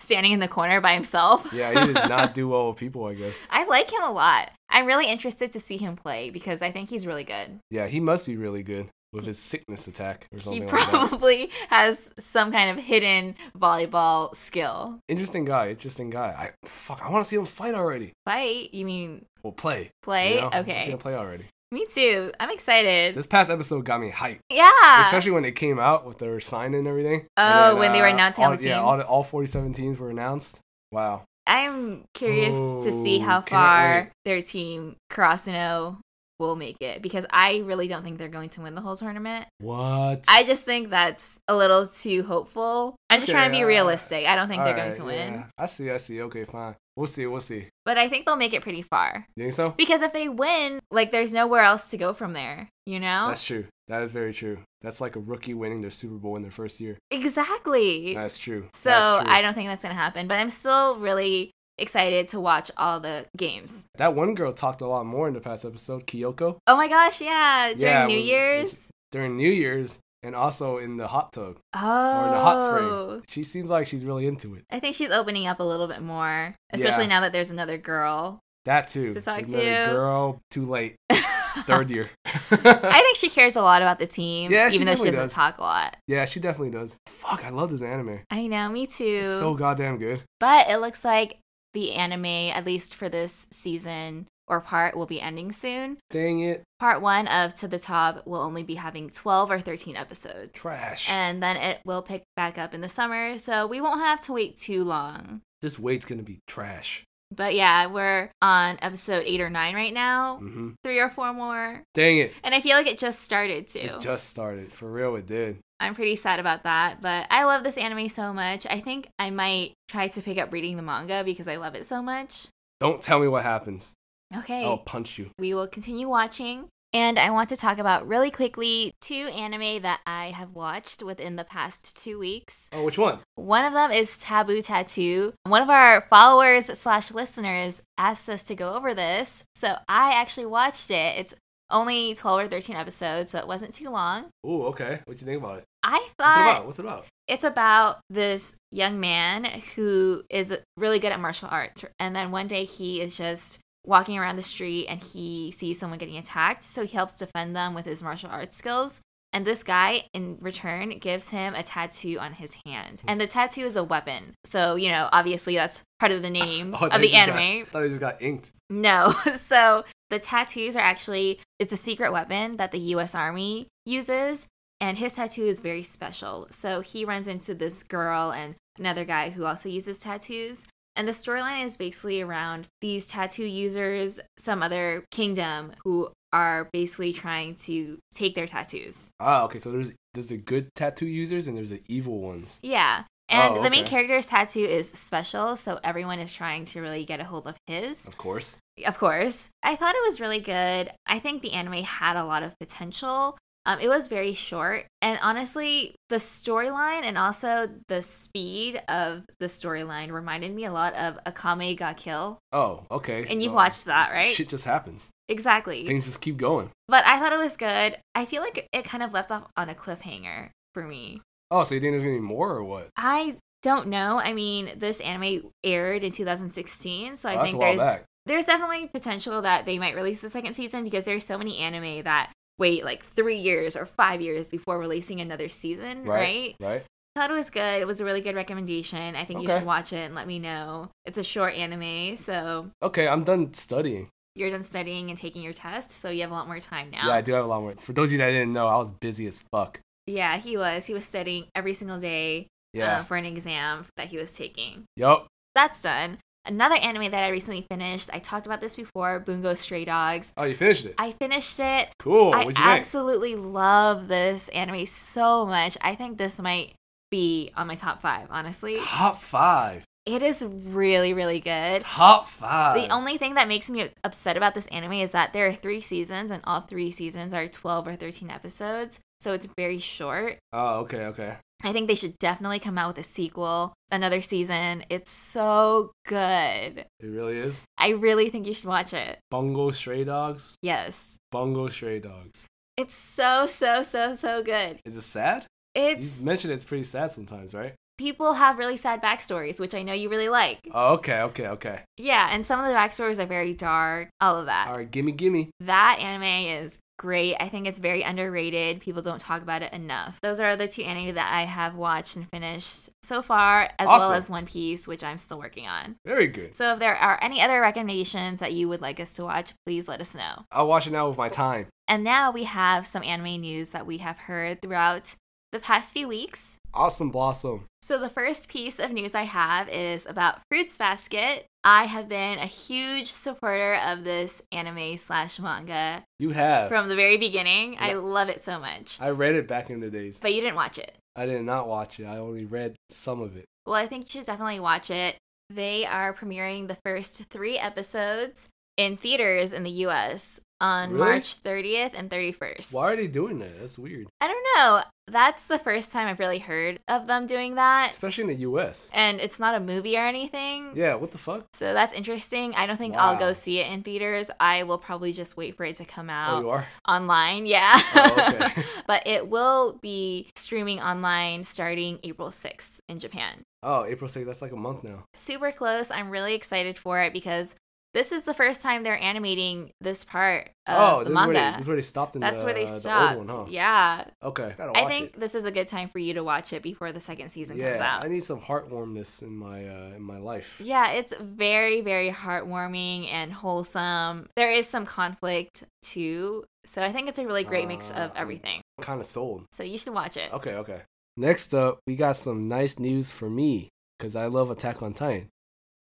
Speaker 2: standing in the corner by himself.
Speaker 1: Yeah, he does not do well with people, I guess.
Speaker 2: I like him a lot. I'm really interested to see him play because I think he's really good.
Speaker 1: Yeah, he must be really good with his sickness attack or
Speaker 2: He
Speaker 1: something like that.
Speaker 2: probably has some kind of hidden volleyball skill.
Speaker 1: Interesting guy, interesting guy. I fuck, I want to see him fight already.
Speaker 2: Fight? You mean
Speaker 1: Well, play. you
Speaker 2: play?
Speaker 1: know? I wanna see
Speaker 2: okay.
Speaker 1: him play already.
Speaker 2: Me too. I'm excited.
Speaker 1: This past episode got me hyped,
Speaker 2: yeah.
Speaker 1: especially when it came out with their sign and everything.
Speaker 2: Ah. Oh,
Speaker 1: And
Speaker 2: when they were announcing all
Speaker 1: all,
Speaker 2: the
Speaker 1: Yeah, all,
Speaker 2: teams.
Speaker 1: all 47 teams were announced. Wow.
Speaker 2: I'm curious to see
Speaker 1: Oh,
Speaker 2: how
Speaker 1: can't
Speaker 2: far
Speaker 1: wait.
Speaker 2: their team Carasino will make it because I really don't think they're going to win the whole tournament.
Speaker 1: What?
Speaker 2: I just think that's a little too hopeful. I'm just
Speaker 1: Okay,
Speaker 2: trying to be
Speaker 1: uh,
Speaker 2: realistic. I don't think they're
Speaker 1: Alright,
Speaker 2: going to win,
Speaker 1: yeah. I see, I see. Okay, fine. We'll see, we'll see.
Speaker 2: but I think they'll make it pretty far
Speaker 1: You think so?
Speaker 2: because if they win, like there's nowhere else to go from there, you know?
Speaker 1: That's true. That is very true. That's like a rookie winning their Super Bowl in their first year.
Speaker 2: exactly.
Speaker 1: That's true.
Speaker 2: So
Speaker 1: That's true.
Speaker 2: I don't think that's going to happen, but I'm still really excited to watch all the games.
Speaker 1: That one girl talked a lot more in the past episode, Kyoko,
Speaker 2: Oh my gosh, yeah, during
Speaker 1: Yeah,
Speaker 2: New
Speaker 1: when-
Speaker 2: Year's.
Speaker 1: during New Year's and also in the hot tub
Speaker 2: Oh.
Speaker 1: or in the hot spring. She seems like she's really into it.
Speaker 2: I think she's opening up a little bit more, especially
Speaker 1: Yeah.
Speaker 2: now that there's another girl.
Speaker 1: That too.
Speaker 2: To talk
Speaker 1: There's another
Speaker 2: to.
Speaker 1: girl, too late.
Speaker 2: I
Speaker 1: Third year.
Speaker 2: think she cares a lot about the team,
Speaker 1: Yeah, she
Speaker 2: even though she
Speaker 1: definitely
Speaker 2: doesn't
Speaker 1: does.
Speaker 2: talk a lot.
Speaker 1: yeah, she definitely does. Fuck, I love this anime.
Speaker 2: I know, me too.
Speaker 1: It's so goddamn good.
Speaker 2: but it looks like the anime, at least for this season or part, will be ending soon.
Speaker 1: Dang it.
Speaker 2: Part one of To the Top will only be having 12 or 13 episodes.
Speaker 1: Trash.
Speaker 2: And then it will pick back up in the summer, so we won't have to wait too long.
Speaker 1: this weight's gonna be trash.
Speaker 2: But yeah, we're on episode eight or nine right now.
Speaker 1: hmm
Speaker 2: Three or four more.
Speaker 1: Dang it.
Speaker 2: And I feel like it just started too.
Speaker 1: It just started. For real, it did.
Speaker 2: I'm pretty sad about that, but I love this anime so much. I think I might try to pick up reading the manga because I love it so much.
Speaker 1: Don't tell me what happens.
Speaker 2: Okay.
Speaker 1: I'll punch you.
Speaker 2: We will continue watching. And I want to talk about really quickly two anime that I have watched within the past two weeks.
Speaker 1: Oh, which one?
Speaker 2: One of them is Taboo Tattoo. One of our followers slash listeners asked us to go over this, so I actually watched it. It's only 12 or 13 episodes, so it wasn't too long.
Speaker 1: Ooh, okay. What you think about it?
Speaker 2: I
Speaker 1: What's it
Speaker 2: thought
Speaker 1: about? What's it about?
Speaker 2: it's about this young man who is really good at martial arts and then one day he is just walking around the street and he sees someone getting attacked so he helps defend them with his martial arts skills and this guy in return gives him a tattoo on his hand and the tattoo is a weapon so you know obviously that's part of the name
Speaker 1: Oh, I
Speaker 2: of
Speaker 1: thought he
Speaker 2: the
Speaker 1: just got-
Speaker 2: anime
Speaker 1: I thought he just got inked.
Speaker 2: no. So the tattoos are actually it's a secret weapon that the US Army uses and his tattoo is very special. So he runs into this girl and another guy who also uses tattoos. And the storyline is basically around these tattoo users, some other kingdom who are basically trying to take their tattoos.
Speaker 1: Ah, okay. So there's there's the good tattoo users and there's the evil ones.
Speaker 2: Yeah. And
Speaker 1: Oh,
Speaker 2: the main
Speaker 1: okay.
Speaker 2: character's tattoo is special, so everyone is trying to really get a hold of his.
Speaker 1: Of course.
Speaker 2: of course. I thought it was really good. I think the anime had a lot of potential. Um, it was very short, and honestly, the storyline and also the speed of the storyline reminded me a lot of Akame Ga Kill,
Speaker 1: Oh, okay.
Speaker 2: and you've
Speaker 1: Well,
Speaker 2: watched that, right?
Speaker 1: Shit just happens.
Speaker 2: Exactly.
Speaker 1: Things just keep going.
Speaker 2: But I thought it was good. I feel like it kind of left off on a cliffhanger for me.
Speaker 1: Oh, so you think there's gonna be more or what?
Speaker 2: I don't know. I mean, this anime aired in 2016, so I
Speaker 1: Oh, that's
Speaker 2: think
Speaker 1: a while
Speaker 2: there's
Speaker 1: back.
Speaker 2: there's definitely potential that they might release the second season because there's so many anime that wait like three years or five years before releasing another season, right?
Speaker 1: Right. Right.
Speaker 2: I thought it was good. It was a really good recommendation. I think you
Speaker 1: Okay.
Speaker 2: should watch it and let me know. It's a short anime, so
Speaker 1: Okay, I'm done studying.
Speaker 2: you're done studying and taking your test, so you have a lot more time now.
Speaker 1: Yeah, I do have a lot more. For those of you that didn't know, I was busy as fuck.
Speaker 2: Yeah, he was. He was studying every single day
Speaker 1: Yeah.
Speaker 2: uh, for an exam that he was taking.
Speaker 1: yup.
Speaker 2: That's done. Another anime that I recently finished, I talked about this before, Bungo Stray Dogs.
Speaker 1: Oh, you finished it.
Speaker 2: I finished it.
Speaker 1: cool.
Speaker 2: I
Speaker 1: What'd you think?
Speaker 2: absolutely love this anime so much. I think this might be on my top five, honestly.
Speaker 1: Top five.
Speaker 2: It is really, really good.
Speaker 1: Top five.
Speaker 2: The only thing that makes me upset about this anime is that there are three seasons, and all three seasons are 12 or 13 episodes, so it's very short.
Speaker 1: Oh, okay, okay.
Speaker 2: I think they should definitely come out with a sequel, another season. It's so good.
Speaker 1: It really is.
Speaker 2: I really think you should watch it.
Speaker 1: Bungo Stray Dogs.
Speaker 2: Yes.
Speaker 1: Bungo Stray Dogs.
Speaker 2: It's so, so, so, so good.
Speaker 1: Is it sad?
Speaker 2: It's
Speaker 1: You mentioned it's pretty sad sometimes, right?
Speaker 2: people have really sad backstories, which I know you really like.
Speaker 1: Oh, okay, okay, okay.
Speaker 2: Yeah, and some of the backstories are very dark, all of that.
Speaker 1: All right, gimme, gimme.
Speaker 2: That anime is great. I think it's very underrated. People don't talk about it enough. Those are the two anime that I have watched and finished so far, as
Speaker 1: Awesome.
Speaker 2: well as One Piece, which I'm still working on.
Speaker 1: Very good.
Speaker 2: So if there are any other recommendations that you would like us to watch, please let us know.
Speaker 1: I'll watch it now with my time.
Speaker 2: And now we have some anime news that we have heard throughout the past few weeks.
Speaker 1: Awesome Blossom.
Speaker 2: So the first piece of news I have is about Fruits Basket. I have been a huge supporter of this anime slash manga
Speaker 1: You have.
Speaker 2: from the very beginning. I
Speaker 1: Yeah.
Speaker 2: love it so much.
Speaker 1: I read it back in the days.
Speaker 2: But you didn't watch it.
Speaker 1: I did not watch it. I only read some of it.
Speaker 2: Well, I think you should definitely watch it. They are premiering the first three episodes in theaters in the US on
Speaker 1: Really?
Speaker 2: March 30th and 31st.
Speaker 1: Why are they doing that? That's weird.
Speaker 2: I don't know. That's the first time I've really heard of them doing that.
Speaker 1: Especially in the US.
Speaker 2: And it's not a movie or anything.
Speaker 1: Yeah, what the fuck?
Speaker 2: So that's interesting. I don't think I'll
Speaker 1: Wow.
Speaker 2: go see it in theaters. I will probably just wait for it to come
Speaker 1: Oh,
Speaker 2: out
Speaker 1: you are?
Speaker 2: online. Yeah.
Speaker 1: Oh, okay.
Speaker 2: but it will be streaming online starting April 6th in Japan.
Speaker 1: Oh, April 6th. That's like a month now.
Speaker 2: Super close. I'm really excited for it because this is the first time they're animating this part of
Speaker 1: oh,
Speaker 2: Uh, the
Speaker 1: this is, where
Speaker 2: manga.
Speaker 1: they, this is where they stopped in
Speaker 2: that's
Speaker 1: the,
Speaker 2: where they
Speaker 1: the
Speaker 2: stopped.
Speaker 1: old one, huh?
Speaker 2: Yeah.
Speaker 1: Okay. Gotta watch
Speaker 2: I think
Speaker 1: it.
Speaker 2: this is a good time for you to watch it before the second season comes
Speaker 1: Yeah,
Speaker 2: out.
Speaker 1: I need some heartwarmness in my uh, in my life.
Speaker 2: Yeah, it's very, very heartwarming and wholesome. There is some conflict too. So I think it's a really great mix
Speaker 1: Ah,
Speaker 2: of
Speaker 1: I'm-
Speaker 2: everything.
Speaker 1: Kind of sold.
Speaker 2: So you should watch it.
Speaker 1: Okay, okay. Next up, we got some nice news for me because I love Attack on Titan.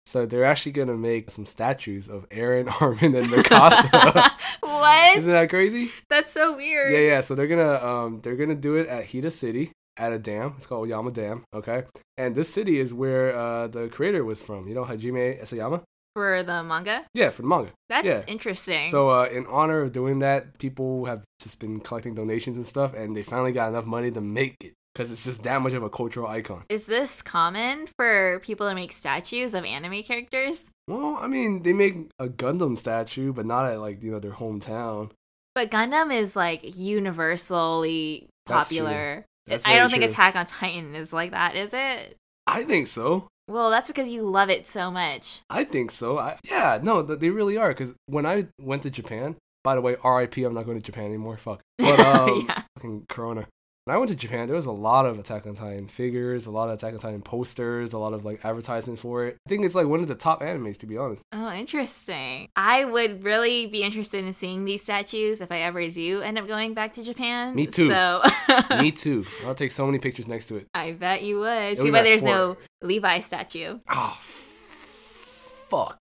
Speaker 1: So they're actually gonna make some statues of Aaron, Armin, and Mikasa.
Speaker 2: what?
Speaker 1: Isn't that crazy?
Speaker 2: That's so weird.
Speaker 1: Yeah, yeah. So they're gonna um they're gonna do it at Hida City at a dam. It's called Yama Dam. Okay, and this city is where uh the creator was from. You know Hajime Isayama.
Speaker 2: For the manga?
Speaker 1: Yeah, for the manga.
Speaker 2: That's
Speaker 1: Yeah.
Speaker 2: interesting.
Speaker 1: So uh, in honor of doing that, people have just been collecting donations and stuff, and they finally got enough money to make it because it's just that much of a cultural icon.
Speaker 2: is this common for people to make statues of anime characters?
Speaker 1: Well, I mean, they make a Gundam statue, but not at like you know their hometown.
Speaker 2: But Gundam is like universally
Speaker 1: That's true.
Speaker 2: popular.
Speaker 1: That's
Speaker 2: I don't
Speaker 1: very
Speaker 2: think
Speaker 1: true.
Speaker 2: Attack on Titan is like that, is it?
Speaker 1: I think so.
Speaker 2: Well, that's because you love it so much.
Speaker 1: I think so. I, yeah, no, th- they really are. Because when I went to Japan, by the way, R.I.P. I'm not going to Japan anymore. Fuck. But um,
Speaker 2: yeah.
Speaker 1: fucking Corona. When I went to Japan, there was a lot of Attack on Titan figures, a lot of Attack on Titan posters, a lot of like advertisement for it. I think it's like one of the top animes, to be honest.
Speaker 2: Oh, interesting. I would really be interested in seeing these statues if I ever do end up going back to Japan.
Speaker 1: Me too.
Speaker 2: So
Speaker 1: Me too. I'll take so many pictures next to it.
Speaker 2: I bet you would.
Speaker 1: It'll
Speaker 2: Too
Speaker 1: be
Speaker 2: bad
Speaker 1: my
Speaker 2: there's
Speaker 1: fort.
Speaker 2: no Levi statue,
Speaker 1: Ah, f- fuck.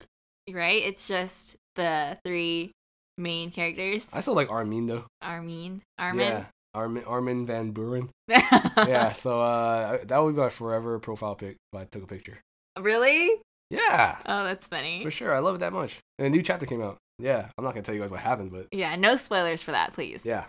Speaker 2: right? It's just the three main characters.
Speaker 1: I still like Armin though.
Speaker 2: Armin. Armin.
Speaker 1: Yeah. Armin, Armin Van Buren. yeah, so uh, that would be my forever profile pic if I took a picture.
Speaker 2: really?
Speaker 1: Yeah,
Speaker 2: Oh, that's funny.
Speaker 1: for sure. I love it that much. And a new chapter came out. Yeah, I'm not going to tell you guys what happened, but
Speaker 2: Yeah, no spoilers for that, please.
Speaker 1: yeah.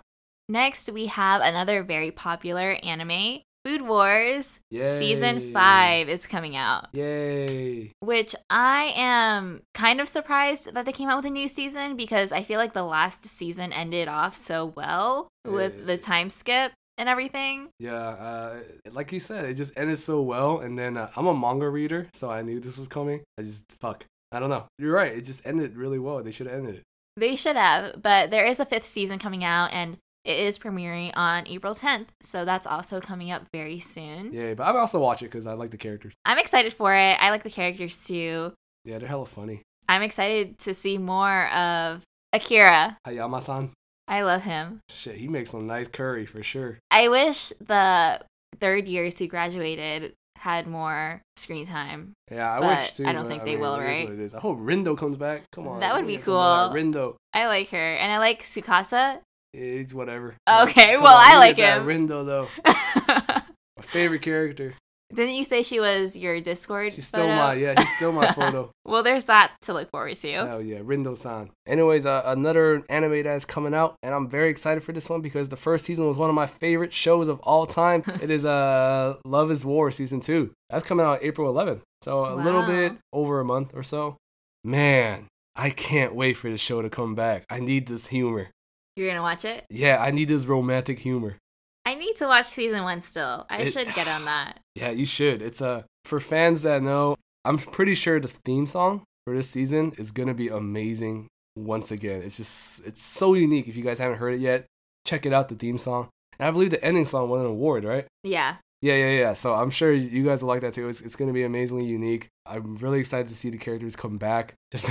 Speaker 2: Next, we have another very popular anime, Food Wars.
Speaker 1: Yay.
Speaker 2: Season 5 is coming out.
Speaker 1: Yay.
Speaker 2: which I am kind of surprised that they came out with a new season because I feel like the last season ended off so well with the
Speaker 1: Yeah.
Speaker 2: time skip and everything.
Speaker 1: Yeah, uh, like you said, it just ended so well. And then uh, I'm a manga reader, so I knew this was coming. I just, fuck. I don't know. You're right. It just ended really well. They should have ended it.
Speaker 2: They should have, but there is a fifth season coming out and it is premiering on April 10th, so that's also coming up very soon.
Speaker 1: Yeah, but I would also watch it because I like the characters.
Speaker 2: I'm excited for it. I like the characters too.
Speaker 1: Yeah, they're hella funny.
Speaker 2: I'm excited to see more of Akira.
Speaker 1: Hayama san.
Speaker 2: I love him.
Speaker 1: Shit, he makes some nice curry for sure.
Speaker 2: I wish the third years who graduated had more screen time
Speaker 1: Yeah, I
Speaker 2: But
Speaker 1: wish too.
Speaker 2: I don't
Speaker 1: but,
Speaker 2: think they will,
Speaker 1: it is
Speaker 2: right?
Speaker 1: what it is. I hope Rindo comes back. Come on.
Speaker 2: That would
Speaker 1: we
Speaker 2: be
Speaker 1: need something about
Speaker 2: cool.
Speaker 1: Rindo.
Speaker 2: I like her, and I like Sukasa.
Speaker 1: It's whatever.
Speaker 2: Okay,
Speaker 1: Come
Speaker 2: well, I
Speaker 1: we
Speaker 2: like
Speaker 1: need that
Speaker 2: him.
Speaker 1: Rindo though, my favorite character.
Speaker 2: Didn't you say she was your Discord?
Speaker 1: She's still
Speaker 2: photo?
Speaker 1: my yeah. She's still my photo.
Speaker 2: Well, there's that to look forward to.
Speaker 1: Hell yeah, Rindo san. Anyways, uh, another anime that's coming out, and I'm very excited for this one because the first season was one of my favorite shows of all time. it is uh, Love is War season two. That's coming out April 11th, so a little
Speaker 2: Wow.
Speaker 1: bit over a month or so. Man, I can't wait for this show to come back. I need this humor.
Speaker 2: You're gonna watch it.
Speaker 1: Yeah, I need this romantic humor.
Speaker 2: I need to watch season one still. I
Speaker 1: It-
Speaker 2: should get on that.
Speaker 1: Yeah, you should. It's a for fans that know. I'm pretty sure the theme song for this season is gonna be amazing. once again. It's just it's so unique. If you guys haven't heard it yet, check it out. The theme song, and I believe the ending song won an award, right?
Speaker 2: Yeah.
Speaker 1: Yeah, yeah, yeah. So I'm sure you guys will like that too. It's, it's going to be amazingly unique. I'm really excited to see the characters come back, just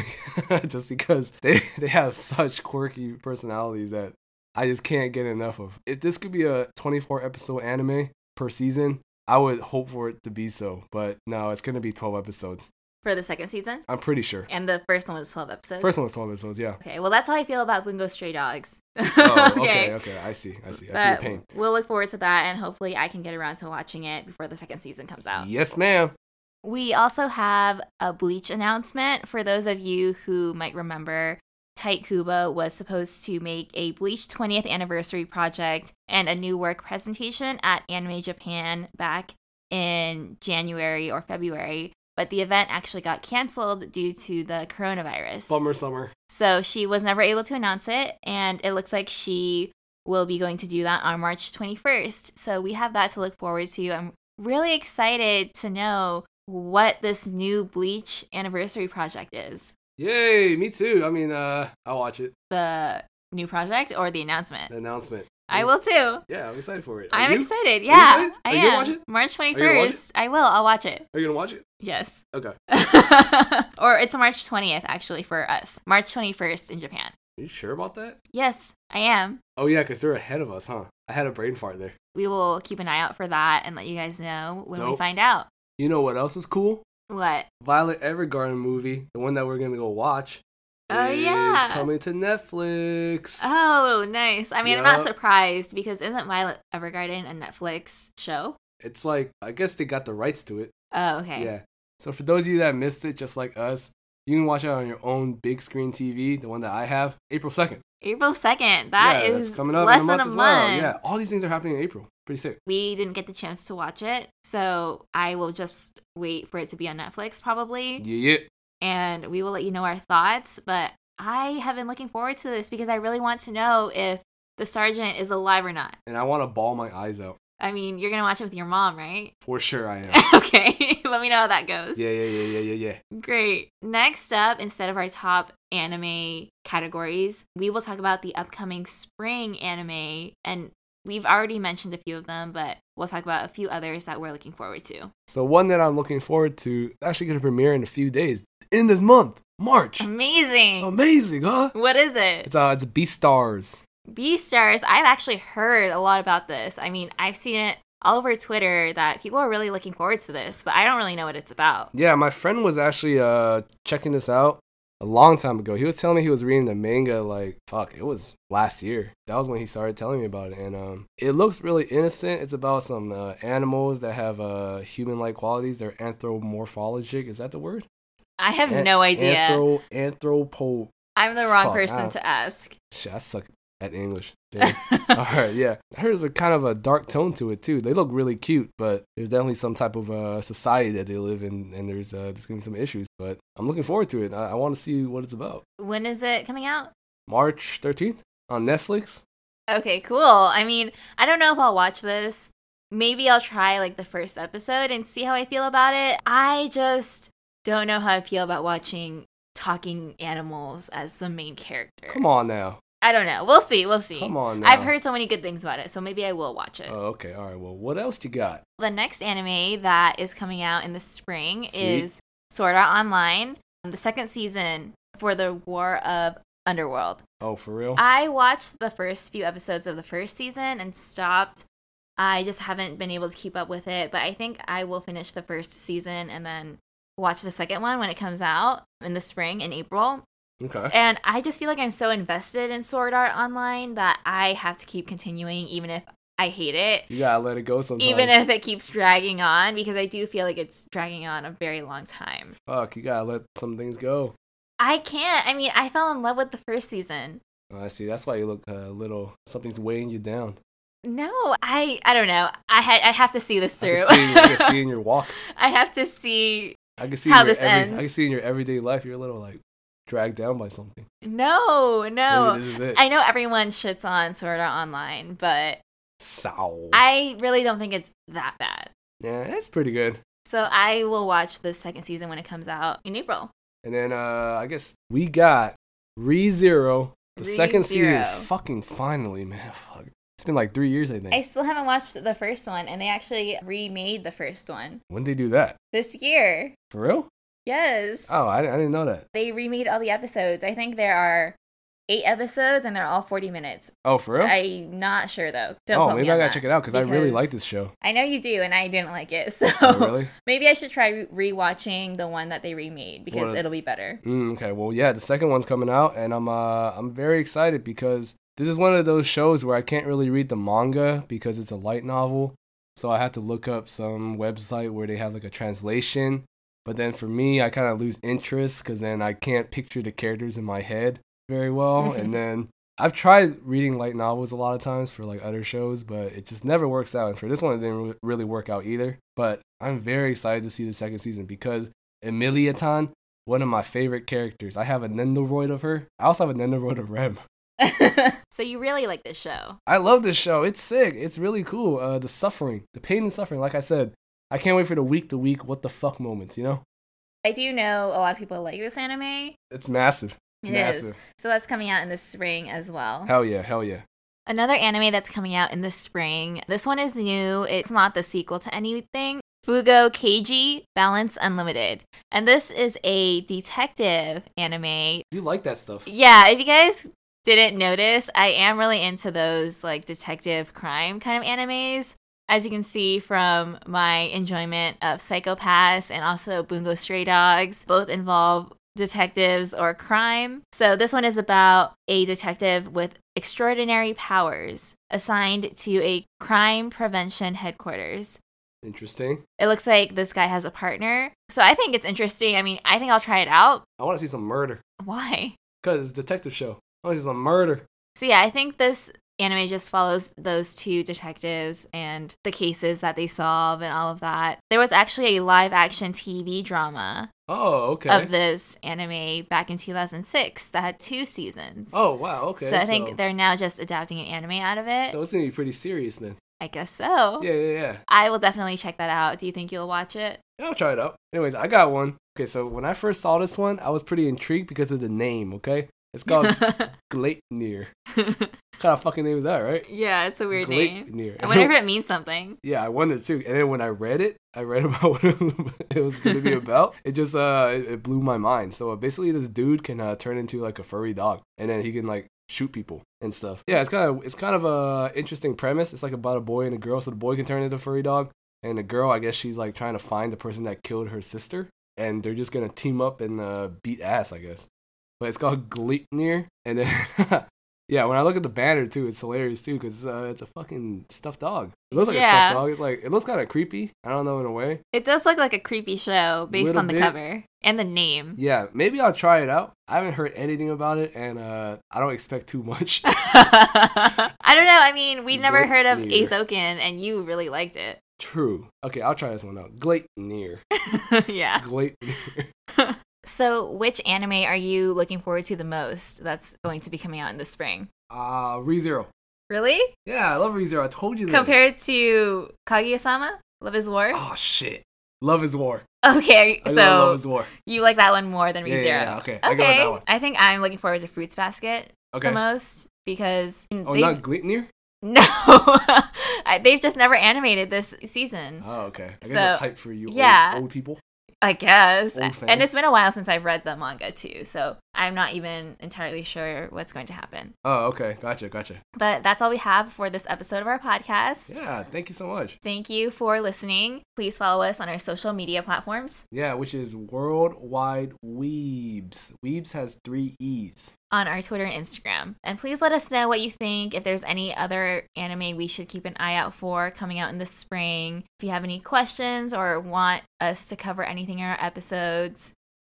Speaker 1: be- just because they they have such quirky personalities that I just can't get enough of. If this could be a 24 episode anime per season, I would hope for it to be so. But no, it's going to be 12 episodes.
Speaker 2: For the second season?
Speaker 1: I'm pretty sure.
Speaker 2: And the first one was 12 episodes.
Speaker 1: First one was 12 episodes. Yeah.
Speaker 2: Okay, well, that's how I feel about Bungo Stray Dogs.
Speaker 1: Oh, okay, okay. I see. I see. I see your
Speaker 2: But
Speaker 1: pain.
Speaker 2: We'll look forward to that, and hopefully, I can get around to watching it before the second season comes out.
Speaker 1: Yes, ma'am.
Speaker 2: We also have a Bleach announcement for those of you who might remember. Tight Kubo was supposed to make a Bleach 20th anniversary project and a new work presentation at Anime Japan back in January or February, but the event actually got canceled due to the coronavirus.
Speaker 1: Bummer summer.
Speaker 2: So she was never able to announce it, and it looks like she will be going to do that on March 21st. So we have that to look forward to. I'm really excited to know what this new Bleach anniversary project is.
Speaker 1: Yay, me too. I mean, uh, I'll watch it.
Speaker 2: The new project or the announcement?
Speaker 1: The announcement.
Speaker 2: I will too.
Speaker 1: Yeah, I'm excited for it. Are
Speaker 2: I'm
Speaker 1: Uh, you?
Speaker 2: excited.
Speaker 1: you
Speaker 2: Yeah,
Speaker 1: excited?
Speaker 2: I
Speaker 1: Are you gonna
Speaker 2: am.
Speaker 1: watch it?
Speaker 2: March
Speaker 1: gonna watch
Speaker 2: 21st. I will. I'll watch it.
Speaker 1: Are you gonna watch it?
Speaker 2: Yes.
Speaker 1: Okay.
Speaker 2: or it's March 20th actually for us. March 21st in Japan.
Speaker 1: Are you sure about that?
Speaker 2: Yes, I am.
Speaker 1: Oh yeah, because they're ahead of us, huh? I had a brain fart there.
Speaker 2: we will keep an eye out for that and let you guys know when we
Speaker 1: Dope.
Speaker 2: find out
Speaker 1: You know what else is cool?
Speaker 2: what
Speaker 1: Violet Evergarden movie, the one that we're gonna go watch.
Speaker 2: Oh,
Speaker 1: is
Speaker 2: yeah.
Speaker 1: coming to Netflix.
Speaker 2: oh nice i mean i'm not
Speaker 1: Yup.
Speaker 2: surprised because isn't violet evergarden a netflix show
Speaker 1: it's like I guess they got the rights to it.
Speaker 2: oh okay
Speaker 1: Yeah. So for those of you that missed it, just like us, you can watch it on your own big screen TV, the one that I have, April second.
Speaker 2: april 2nd That is
Speaker 1: yeah, that's coming up
Speaker 2: less
Speaker 1: in a
Speaker 2: than
Speaker 1: month
Speaker 2: a
Speaker 1: as
Speaker 2: month
Speaker 1: well. Yeah, all these things are happening in April. Pretty sick.
Speaker 2: we didn't get the chance to watch it so i will just wait for it to be on netflix probably
Speaker 1: Yeah, yeah.
Speaker 2: and we will let you know our thoughts. But I have been looking forward to this because I really want to know if the sergeant is alive or not.
Speaker 1: And I want to ball my eyes out
Speaker 2: I mean, you're gonna watch it with your mom, right?
Speaker 1: for sure. I am.
Speaker 2: okay, let me know how that goes.
Speaker 1: yeah, yeah, yeah, yeah, yeah, yeah.
Speaker 2: Great. Next up, instead of our top anime categories, we will talk about the upcoming spring anime. And we've already mentioned a few of them, but we'll talk about a few others that we're looking forward to.
Speaker 1: So one that I'm looking forward to actually going to premiere in a few days in this month, March.
Speaker 2: Amazing.
Speaker 1: Amazing, huh?
Speaker 2: what is it?
Speaker 1: Oh, It's uh, it's Beastars.
Speaker 2: Beastars. I've actually heard a lot about this. I mean, I've seen it all over Twitter that people are really looking forward to this, but I don't really know what it's about.
Speaker 1: Yeah, my friend was actually uh checking this out a long time ago. He was telling me he was reading the manga like fuck, it was last year. That was when he started telling me about it, and um, it looks really innocent. It's about some uh, animals that have uh human-like qualities. They're anthropomorphologic. Is that the word?
Speaker 2: I have
Speaker 1: An-
Speaker 2: no idea.
Speaker 1: Anthro anthropo.
Speaker 2: I'm the wrong
Speaker 1: Fuck,
Speaker 2: person
Speaker 1: I-
Speaker 2: to ask.
Speaker 1: Shit, I suck at English. Damn. All right, yeah. I heard there's a kind of a dark tone to it too. They look really cute, but there's definitely some type of uh, society that they live in, and there's uh, there's gonna be some issues. But I'm looking forward to it. I, I want to see what it's about.
Speaker 2: when is it coming out?
Speaker 1: March 13th on Netflix.
Speaker 2: Okay, cool. I mean, I don't know if I'll watch this. Maybe I'll try like the first episode and see how I feel about it. I just don't know how I feel about watching talking animals as the main character.
Speaker 1: Come on now.
Speaker 2: I don't know. We'll see. We'll see.
Speaker 1: Come on now.
Speaker 2: I've heard so many good things about it, so maybe I will watch it.
Speaker 1: Oh, okay. All right. Well, what else you got?
Speaker 2: the next anime that is coming out in the spring
Speaker 1: Sweet.
Speaker 2: is Sword Art Online, the second season for the War of Underworld.
Speaker 1: Oh, for real?
Speaker 2: I watched the first few episodes of the first season and stopped. I just haven't been able to keep up with it, but I think I will finish the first season and then watch the second one when it comes out in the spring in April.
Speaker 1: okay.
Speaker 2: And I just feel like I'm so invested in Sword Art Online that I have to keep continuing even if I hate it.
Speaker 1: You gotta let it go sometimes.
Speaker 2: Even if it keeps dragging on, because I do feel like it's dragging on a very long time.
Speaker 1: fuck, you gotta let some things go.
Speaker 2: I can't. I mean, I fell in love with the first season.
Speaker 1: Oh, I see. That's why you look a little. Something's weighing you down.
Speaker 2: No, I I don't know. I ha- I have to see this
Speaker 1: I can
Speaker 2: through.
Speaker 1: see, I can see in your walk.
Speaker 2: I have to see.
Speaker 1: I can see
Speaker 2: how
Speaker 1: in your
Speaker 2: this
Speaker 1: every-
Speaker 2: ends.
Speaker 1: I can see in your everyday life you're a little like dragged down by something.
Speaker 2: No,
Speaker 1: Maybe
Speaker 2: no.
Speaker 1: this is it.
Speaker 2: Oh, I know everyone shits on Sword Art Online, but
Speaker 1: Sow.
Speaker 2: I really don't think it's that bad.
Speaker 1: yeah, that's pretty good.
Speaker 2: So I will watch the second season when it comes out in April.
Speaker 1: And then uh I guess we got ReZero. The second season,
Speaker 2: Re:Zero.
Speaker 1: fucking finally, man. Fuck. It's been like three years, I think.
Speaker 2: I still haven't watched the first one, and they actually remade the first one
Speaker 1: when did they do that?
Speaker 2: this year.
Speaker 1: For real?
Speaker 2: Yes.
Speaker 1: Oh, I, I didn't know that.
Speaker 2: They remade all the episodes. I think there are eight episodes, and they're all 40 minutes.
Speaker 1: Oh, for real?
Speaker 2: I'm not sure, though. Don't
Speaker 1: oh,
Speaker 2: quote
Speaker 1: maybe
Speaker 2: me
Speaker 1: I
Speaker 2: on
Speaker 1: gotta
Speaker 2: that,
Speaker 1: check it out because I really
Speaker 2: because
Speaker 1: like this show.
Speaker 2: I know you do, and I didn't like it. So
Speaker 1: Oh, really?
Speaker 2: maybe I should try re- rewatching the one that they remade because
Speaker 1: is-
Speaker 2: it'll be better.
Speaker 1: Mm, okay, well, yeah, the second one's coming out, and I'm uh, I'm very excited because this is one of those shows where I can't really read the manga because it's a light novel, so I have to look up some website where they have like a translation. But then for me, I kind of lose interest because then I can't picture the characters in my head very well, and then I've tried reading light novels a lot of times for like other shows, but it just never works out. And for this one, it didn't re- really work out either. But I'm very excited to see the second season because Emilia Tan one of my favorite characters. I have a Nendoroid of her. I also have a Nendoroid of Rem.
Speaker 2: So you really like this show.
Speaker 1: I love this show. It's sick. It's really cool. Uh, the suffering, the pain and suffering. Like I said, I can't wait for the week to week what the fuck moments. You know,
Speaker 2: I do know a lot of people like this anime.
Speaker 1: it's massive. It's
Speaker 2: It is.
Speaker 1: massive.
Speaker 2: So that's coming out in the spring as well.
Speaker 1: Hell yeah, hell yeah.
Speaker 2: Another anime that's coming out in the spring. This one is new. It's not the sequel to anything. Fugo Keiji Balance Unlimited. And this is a detective anime.
Speaker 1: You like that stuff?
Speaker 2: Yeah, if you guys didn't notice, I am really into those like detective crime kind of animes. As you can see from my enjoyment of Psychopaths and also Bungo Stray Dogs, both involve detectives or crime. So this one is about a detective with extraordinary powers assigned to a crime prevention headquarters.
Speaker 1: Interesting.
Speaker 2: It looks like this guy has a partner. So I think it's interesting. I mean, I think I'll try it out.
Speaker 1: I want to see some murder
Speaker 2: Why?
Speaker 1: because it's a detective show. I want to see some murder.
Speaker 2: So yeah, I think this anime just follows those two detectives and the cases that they solve and all of that. There was actually a live action TV drama
Speaker 1: Oh, okay.
Speaker 2: of this anime back in 2006 that had two seasons.
Speaker 1: oh wow, okay.
Speaker 2: so I think they're now just adapting an anime out of it.
Speaker 1: so it's gonna be pretty serious then.
Speaker 2: I guess so.
Speaker 1: Yeah, yeah, yeah.
Speaker 2: I will definitely check that out. Do you think you'll watch it?
Speaker 1: Yeah, I'll try it out. Anyways, I got one. Okay, so when I first saw this one, I was pretty intrigued because of the name, okay? It's called Gleipnir. What kind of fucking name is that, right?
Speaker 2: yeah, it's a weird name.
Speaker 1: Gleipnir.
Speaker 2: I wonder if it means something.
Speaker 1: yeah, I wondered too. And then when I read it, I read about what it was, it was going to be about. It just, uh, it, it blew my mind. So uh, basically, this dude can uh, turn into like a furry dog and then he can like shoot people and stuff. Yeah, it's kind of, it's kind of a interesting premise. It's like about a boy and a girl. So the boy can turn into a furry dog and the girl, I guess she's like trying to find the person that killed her sister, and they're just gonna team up and uh, beat ass, I guess. But it's called Gleipnir, and then yeah, when I look at the banner too, it's hilarious too because uh, it's a fucking stuffed dog. It looks like a
Speaker 2: Yeah.
Speaker 1: stuffed dog. It's like it looks kind of creepy. I don't know in a way.
Speaker 2: It does look like a creepy show based
Speaker 1: Little
Speaker 2: on the
Speaker 1: bit.
Speaker 2: cover and the name.
Speaker 1: Yeah, maybe I'll try it out. I haven't heard anything about it, and uh, I don't expect too much.
Speaker 2: I don't know. I mean, we never
Speaker 1: Blake
Speaker 2: heard of
Speaker 1: Lear.
Speaker 2: Azokin, and you really liked it.
Speaker 1: True. Okay, I'll try this one out. Gleipnir.
Speaker 2: yeah.
Speaker 1: Gleipnir.
Speaker 2: So, which anime are you looking forward to the most that's going to be coming out in the spring?
Speaker 1: Ah, ReZero.
Speaker 2: Really?
Speaker 1: Yeah, I love ReZero. I told you this.
Speaker 2: Compared to Kaguya-sama, Love is War?
Speaker 1: Oh shit. Love is war.
Speaker 2: Okay,
Speaker 1: I so, love
Speaker 2: so
Speaker 1: is war.
Speaker 2: you like that one more than
Speaker 1: Yeah,
Speaker 2: ReZero.
Speaker 1: yeah, yeah, okay. I go with
Speaker 2: Okay.
Speaker 1: that one.
Speaker 2: I think I'm looking forward to Fruits Basket
Speaker 1: Okay.
Speaker 2: the most because
Speaker 1: Oh,
Speaker 2: they've-
Speaker 1: not Glitnir?
Speaker 2: no, I- they've just never animated this season.
Speaker 1: Oh, okay. I guess
Speaker 2: So,
Speaker 1: that's hype for you old-
Speaker 2: yeah.
Speaker 1: old, people.
Speaker 2: I guess.
Speaker 1: Old
Speaker 2: And
Speaker 1: fans.
Speaker 2: it's been a while since I've read the manga too, so I'm not even entirely sure what's going to happen.
Speaker 1: Oh, okay. Gotcha, gotcha.
Speaker 2: But that's all we have for this episode of our podcast.
Speaker 1: Yeah, thank you so much.
Speaker 2: Thank you for listening. Please follow us on our social media platforms.
Speaker 1: Yeah, which is Worldwide Weebs. Weebs has three E's.
Speaker 2: On our Twitter and Instagram. And please let us know what you think, if there's any other anime we should keep an eye out for coming out in the spring. If you have any questions or want us to cover anything in our episodes,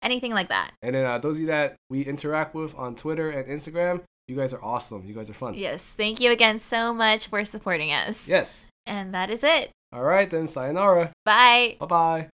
Speaker 2: anything like that.
Speaker 1: And then uh, those of you that we interact with on Twitter and Instagram, you guys are awesome. You guys are fun.
Speaker 2: Yes, thank you again so much for supporting us.
Speaker 1: Yes.
Speaker 2: And that is it.
Speaker 1: All right, then. Sayonara.
Speaker 2: Bye.
Speaker 1: Bye-bye.